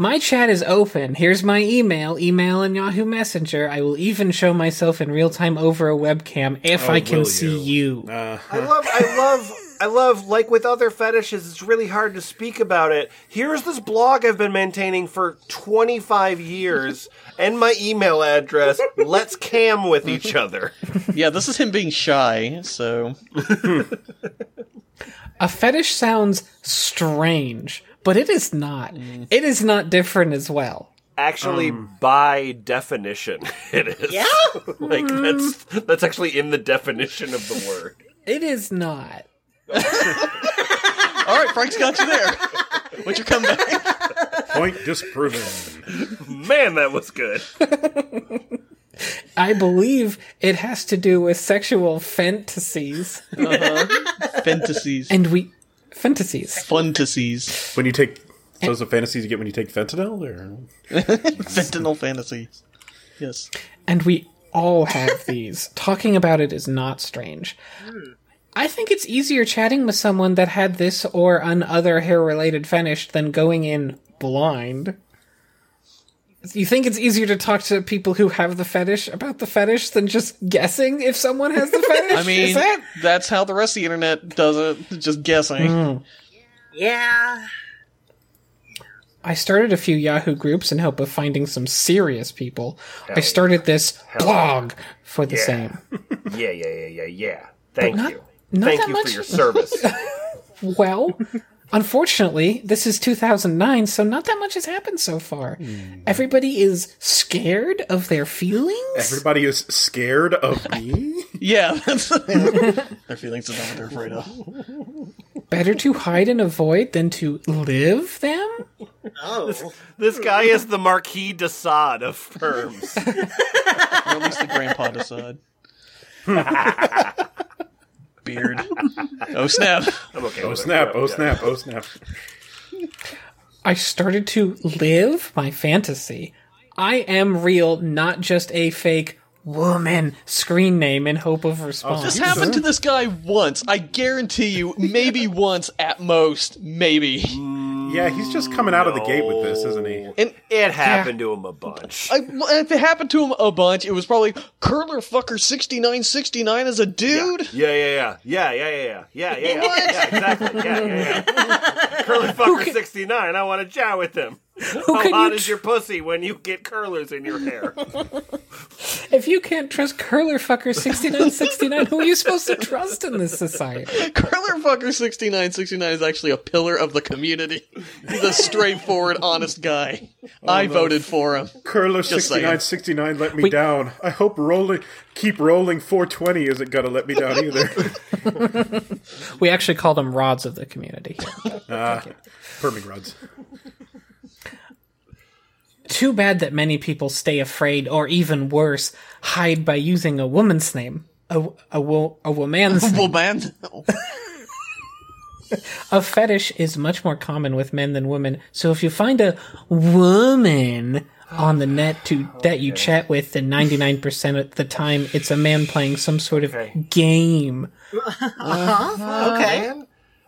My chat is open. Here's my email, email and Yahoo Messenger. I will even show myself in real time over a webcam if Oh, I can will see you. I love, I love, I love. Like with other fetishes, it's really hard to speak about it. Here's this blog I've been maintaining for 25 years, and my email address. Let's cam with each other. Yeah, this is him being shy, so. A fetish sounds strange, but it is not. Mm. It is not different as well. Actually, by *laughs* definition, it is. Yeah, like that's that's actually in the definition of the word. It is not. All right, Frank's got you *laughs* there. Would you come back? Point disproven. Man, that was good. I believe it has to do with sexual fantasies. Uh-huh. Fantasies. And we. Fantasies. Fantasies. When you take those are fantasies you get when you take fentanyl, or Fentanyl fantasies. Yes. And we all have these. Talking about it is not strange. I think it's easier chatting with someone that had this or another hair related fetish than going in blind. You think it's easier to talk to people who have the fetish about the fetish than just guessing if someone has the fetish? I mean, is that? that's how the rest of the internet does it. Just guessing. Yeah. I started a few Yahoo groups in hope of finding some serious people. I started this blog for the Yeah. same. Yeah, yeah, yeah, yeah, yeah. Thank not- you. not Thank that you for much- your *laughs* service. Well, unfortunately, this is 2009, so not that much has happened so far. Everybody is scared of their feelings. everybody is scared of me. Yeah, that's their feelings is not what they're afraid of. Better to hide and avoid than to live them? Oh. This guy is the Marquis de Sade of perms. Or at least the grandpa *laughs* decide. Beard. Oh snap. I'm okay. Oh with it. snap! Yeah, Oh yeah. snap! Oh snap! I started to live my fantasy. I am real, not just a fake woman screen name in hope of response. This happened to this guy once. I guarantee you, maybe once at most, Mm. maybe. Yeah, he's just coming out of the gate with this, isn't he? And It happened to him a bunch. I, well, if it happened to him a bunch, it was probably curler fucker sixty nine sixty nine as a dude. Yeah, yeah, yeah, yeah, yeah, yeah, yeah, yeah, yeah, yeah, yeah, exactly. Yeah, yeah, *laughs* yeah. Curly fucker sixty nine. I want to chat with him. How can hot you is your pussy when you get curlers in your hair? If you can't trust curler fucker 6969, who are you supposed to trust in this society? *laughs* Curler fucker sixty nine sixty nine is actually a pillar of the community. He's a straightforward, *laughs* honest guy. I voted for him. Curler Just sixty nine saying. sixty nine let me down. I hope rolling keep rolling four twenty isn't gonna let me down *laughs* either. We actually call them rods of the community. Ah, Perming rods. Too bad that many people stay afraid, or even worse, hide by using *laughs* a woman's name. A, a, wo- a woman's name. Well, man, a fetish is much more common with men than women. So if you find a woman on the net to that you chat with, then ninety nine percent of the time it's a man playing some sort of game. Uh-huh, okay.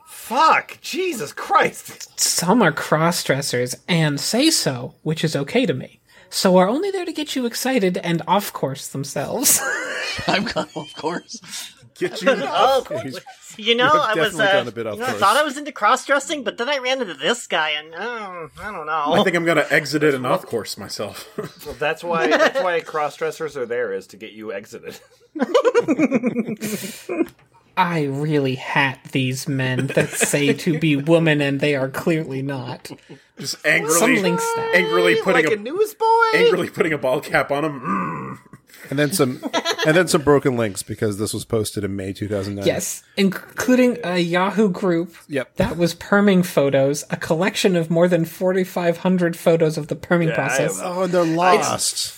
Fuck! Jesus Christ! Some are cross dressers and say so, which is okay to me. So are only there to get you excited and off course themselves. *laughs* I'm of course. Get you off course. Oh, You know, You've I was. definitely Uh, gone a bit off you know, I course. thought I was into cross dressing, but then I ran into this guy, and oh, I don't know. I think I'm going to exit it and off course myself. Well, *laughs* that's why that's why cross dressers are there is to get *laughs* you exited. I really hat these men that say to *laughs* be woman and they are clearly not. Just angrily, Some links that. angrily putting Like a, a newsboy, angrily putting a ball cap on him. Mm, and then some, and then some broken links because this was posted in May 2009. Yes, including a Yahoo group Yep. that was perming photos, a collection of more than 4,500 photos of the perming Yeah, I process. am- Oh, and they're lost.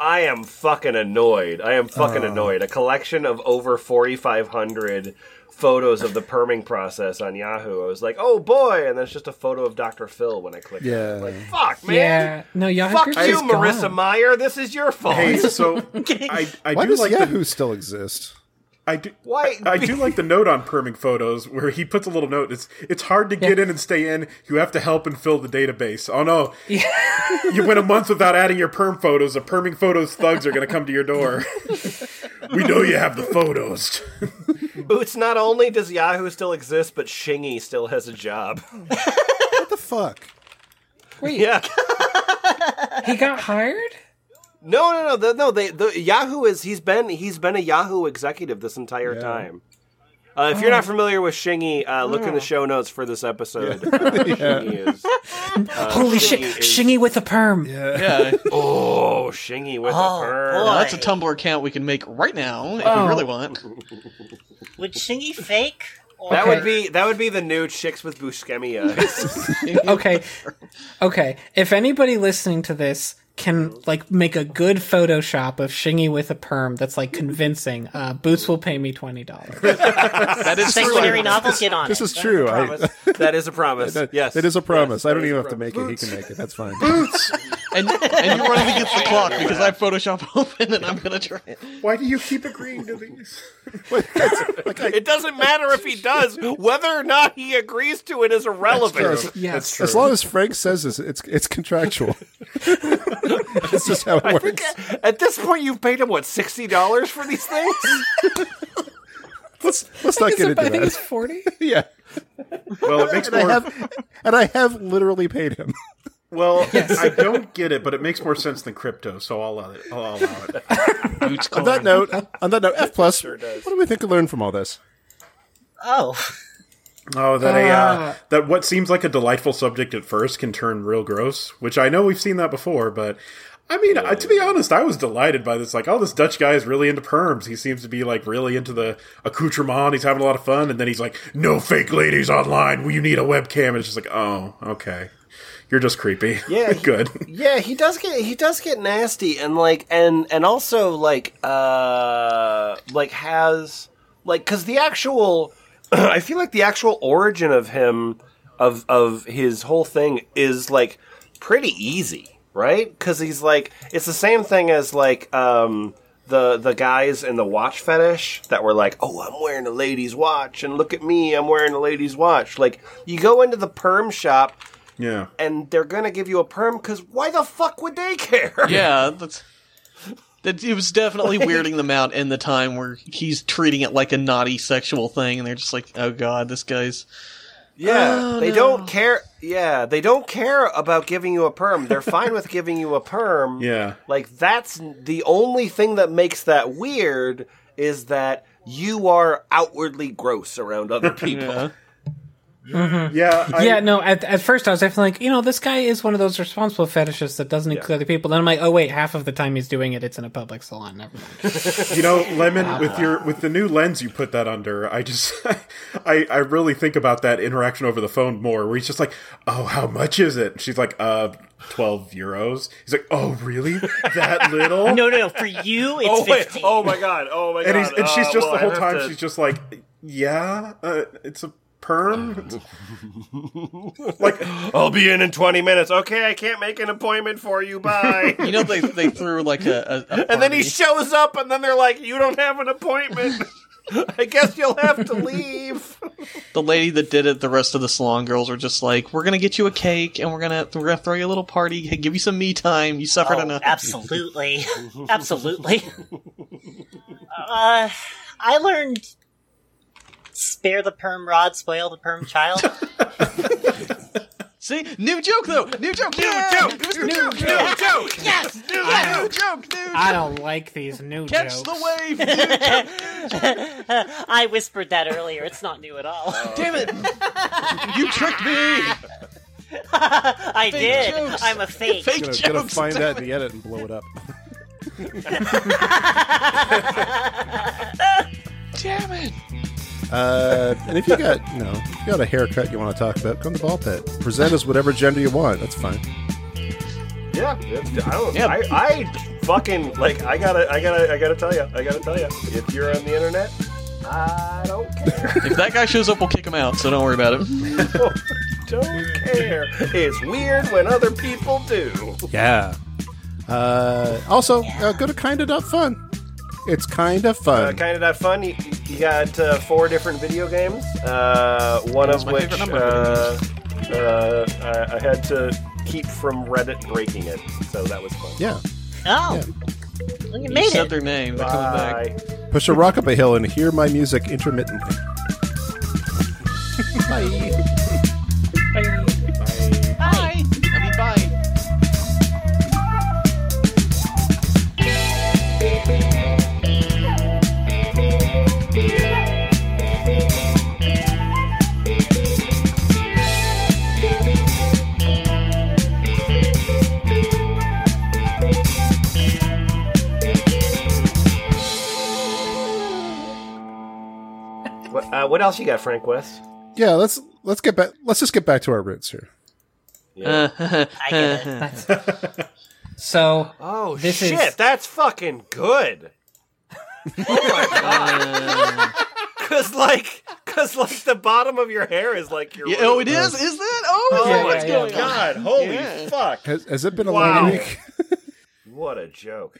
I am fucking annoyed. I am fucking Uh. annoyed. A collection of over 4,500 photos of the perming process on Yahoo. I was like, oh boy, and then it's just a photo of Dr. Phil when I click. Yeah. Fuck, man. Yeah, no, Yahoo Fuck groups you, is Marissa gone. Meyer. This is your fault. *laughs* Hey, so I, I Why do does like the- Yahoo still exist? I do. Why? I, I do like the note on perming photos where he puts a little note. It's it's hard to get in and stay in. You have to help and fill the database. Oh no, you went a month without adding your perm photos. The perming photos thugs are going to come to your door. we know you have the photos. Boots, not only does Yahoo still exist, but Shingy still has a job. *laughs* What the fuck? Wait. Yeah. he got hired? No, no, no, the, no. They, the Yahoo is he's been he's been a Yahoo executive this entire time. Uh, if you're Oh. not familiar with Shingy, uh, look in the show notes for this episode. *laughs* Uh, Shingy is, uh, Holy shit, Shingy is- Shingy with a perm. Yeah. oh, Shingy with a perm. Now, that's a Tumblr account we can make right now if Oh. we really want. Would Shingy fake? Or That would be that would be the new chicks with *laughs* bushemia. okay. Okay. If anybody listening to this can like make a good Photoshop of Shingy with a perm that's like convincing, uh, Boots will pay me twenty dollars. that is Secondary true. novels get on This it. is true. I- *laughs* that is a promise. that- yes, It is a promise. Yes, I don't that is even a have to make it. He can make it. That's fine. Boots. and and you're running against the clock *laughs* because I have Photoshop open and I'm gonna try it. Why do you keep agreeing to these? it doesn't matter if he does. *laughs* Whether or not he agrees to it is irrelevant. As- As long as Frank says this, it's it's contractual. *laughs* That's just how I it think works. at- at this point you've paid him what sixty dollars for these things. Let's let's not get into that. forty. *laughs* yeah. Well, it makes and more. I have, and I have literally paid him. well, I don't get it, but it makes more sense than crypto, so I'll allow it. I'll allow it. on that note, on that note, F plus. does. What do we think we learned from all *laughs* this? Oh. Oh, that a uh, Ah. that what seems like a delightful subject at first can turn real gross, which I know we've seen that before, but I mean, I, to be honest, I was delighted by this. Like, oh, this Dutch guy is really into perms. He seems to be like really into the accoutrement. He's having a lot of fun, and then he's like, "No fake ladies online. You need a webcam." And it's just like, oh, okay, you're just creepy. *laughs* Yeah, he- *laughs* good. yeah, he does get he does get nasty and like and and also like uh like has like cuz the actual *clears throat* I feel like the actual origin of him of of his whole thing is like pretty easy, right? Cuz he's like it's the same thing as like um the the guys in the watch fetish that were like, "Oh, I'm wearing a lady's watch and look at me, I'm wearing a lady's watch." Like you go into the perm shop Yeah. *laughs* and they're gonna give you a perm because why the fuck would they care? *laughs* Yeah, that's that. It was definitely weirding them out in the time where he's treating it like a naughty sexual thing, and they're just like, "Oh God, this guy's." Yeah, Oh, *laughs* they no. don't care. Yeah, they don't care about giving you a perm. *laughs* They're fine with giving you a perm. Yeah. like that's the only thing that makes that weird *laughs* is that you are outwardly gross around *laughs* other people. Yeah, *laughs* yeah. No, at at first I was definitely like, you know, this guy is one of those responsible fetishists that doesn't include other people. Then I'm like, oh wait, half of the time he's doing it, it's in a public salon. Never mind. you know, Lemon, with your with the new lens you put that under, I just *laughs* I I really think about that interaction over the phone more. Where he's just like, "Oh, how much is it?" She's like, "Uh, twelve euros." He's like, "Oh, really? That little?" No, no, no. For you, it's Oh, wait. 50. Oh, my God. Oh, my *laughs* Uh, and he's and she's just the whole time she's she's just like, "Yeah, uh, it's a perm? like, I'll be in in 20 minutes. Okay, I can't make an appointment for *laughs* you. Bye. You know they they threw like a, a, a *laughs* and then he party. shows up, and then they're like, you don't have an *laughs* appointment. *laughs* I guess you'll have to leave. the lady that did it, the rest of the salon girls were just like, "We're gonna get you a cake, and we're gonna we're gonna throw you a little party, give you some me time. You suffered Oh, enough." absolutely, *laughs* absolutely. Uh, I learned spare the perm rod, spoil the perm child. See, new joke though. New joke. New joke, It was new the joke, new joke. Yes. New I joke. New joke. I don't like these new Catch jokes. the wave. New joke. I whispered that earlier. It's not new at all. Damn it! You tricked me. I Fake did. jokes. I'm a fake. Fake Gonna, gonna find that in the edit and blow it up. Damn it. Uh, and if you got you know if you got a haircut you want to talk about, come to Ball Pit. Present us whatever gender you want. That's fine. Yeah, it's- I don't. I, I fucking like. I gotta. I gotta. I gotta tell you. I gotta tell you. If you're on the internet, I don't care. If that guy shows up, we'll kick him out. So don't worry about it. don't care. It's weird when other people do. Yeah. Uh, also, uh, go to Kinda Dot Fun. It's kinda Uh, fun. kind of that fun. You, you got uh, four different video games. Uh, one of my which favorite number uh, uh, I, I had to keep from Reddit breaking it, so that was fun. yeah. Oh, well, you you made said it. their name. They're Bye. coming back. Push a rock up a hill and hear my music intermittently. Bye. I mean, bye. What, uh, what else you got, Frank West? Yeah, let's let's get back. Let's just get back to our roots here. I get uh-huh. it. So Oh This shit, is- that's fucking *laughs* good. Oh *laughs* Cause like, cause like the bottom of your hair is like your. Yeah, oh, it is. Is that? Oh, is Oh that my what's going on? god! Holy Yeah. fuck! Has, has it been a Wow. long week? What a joke.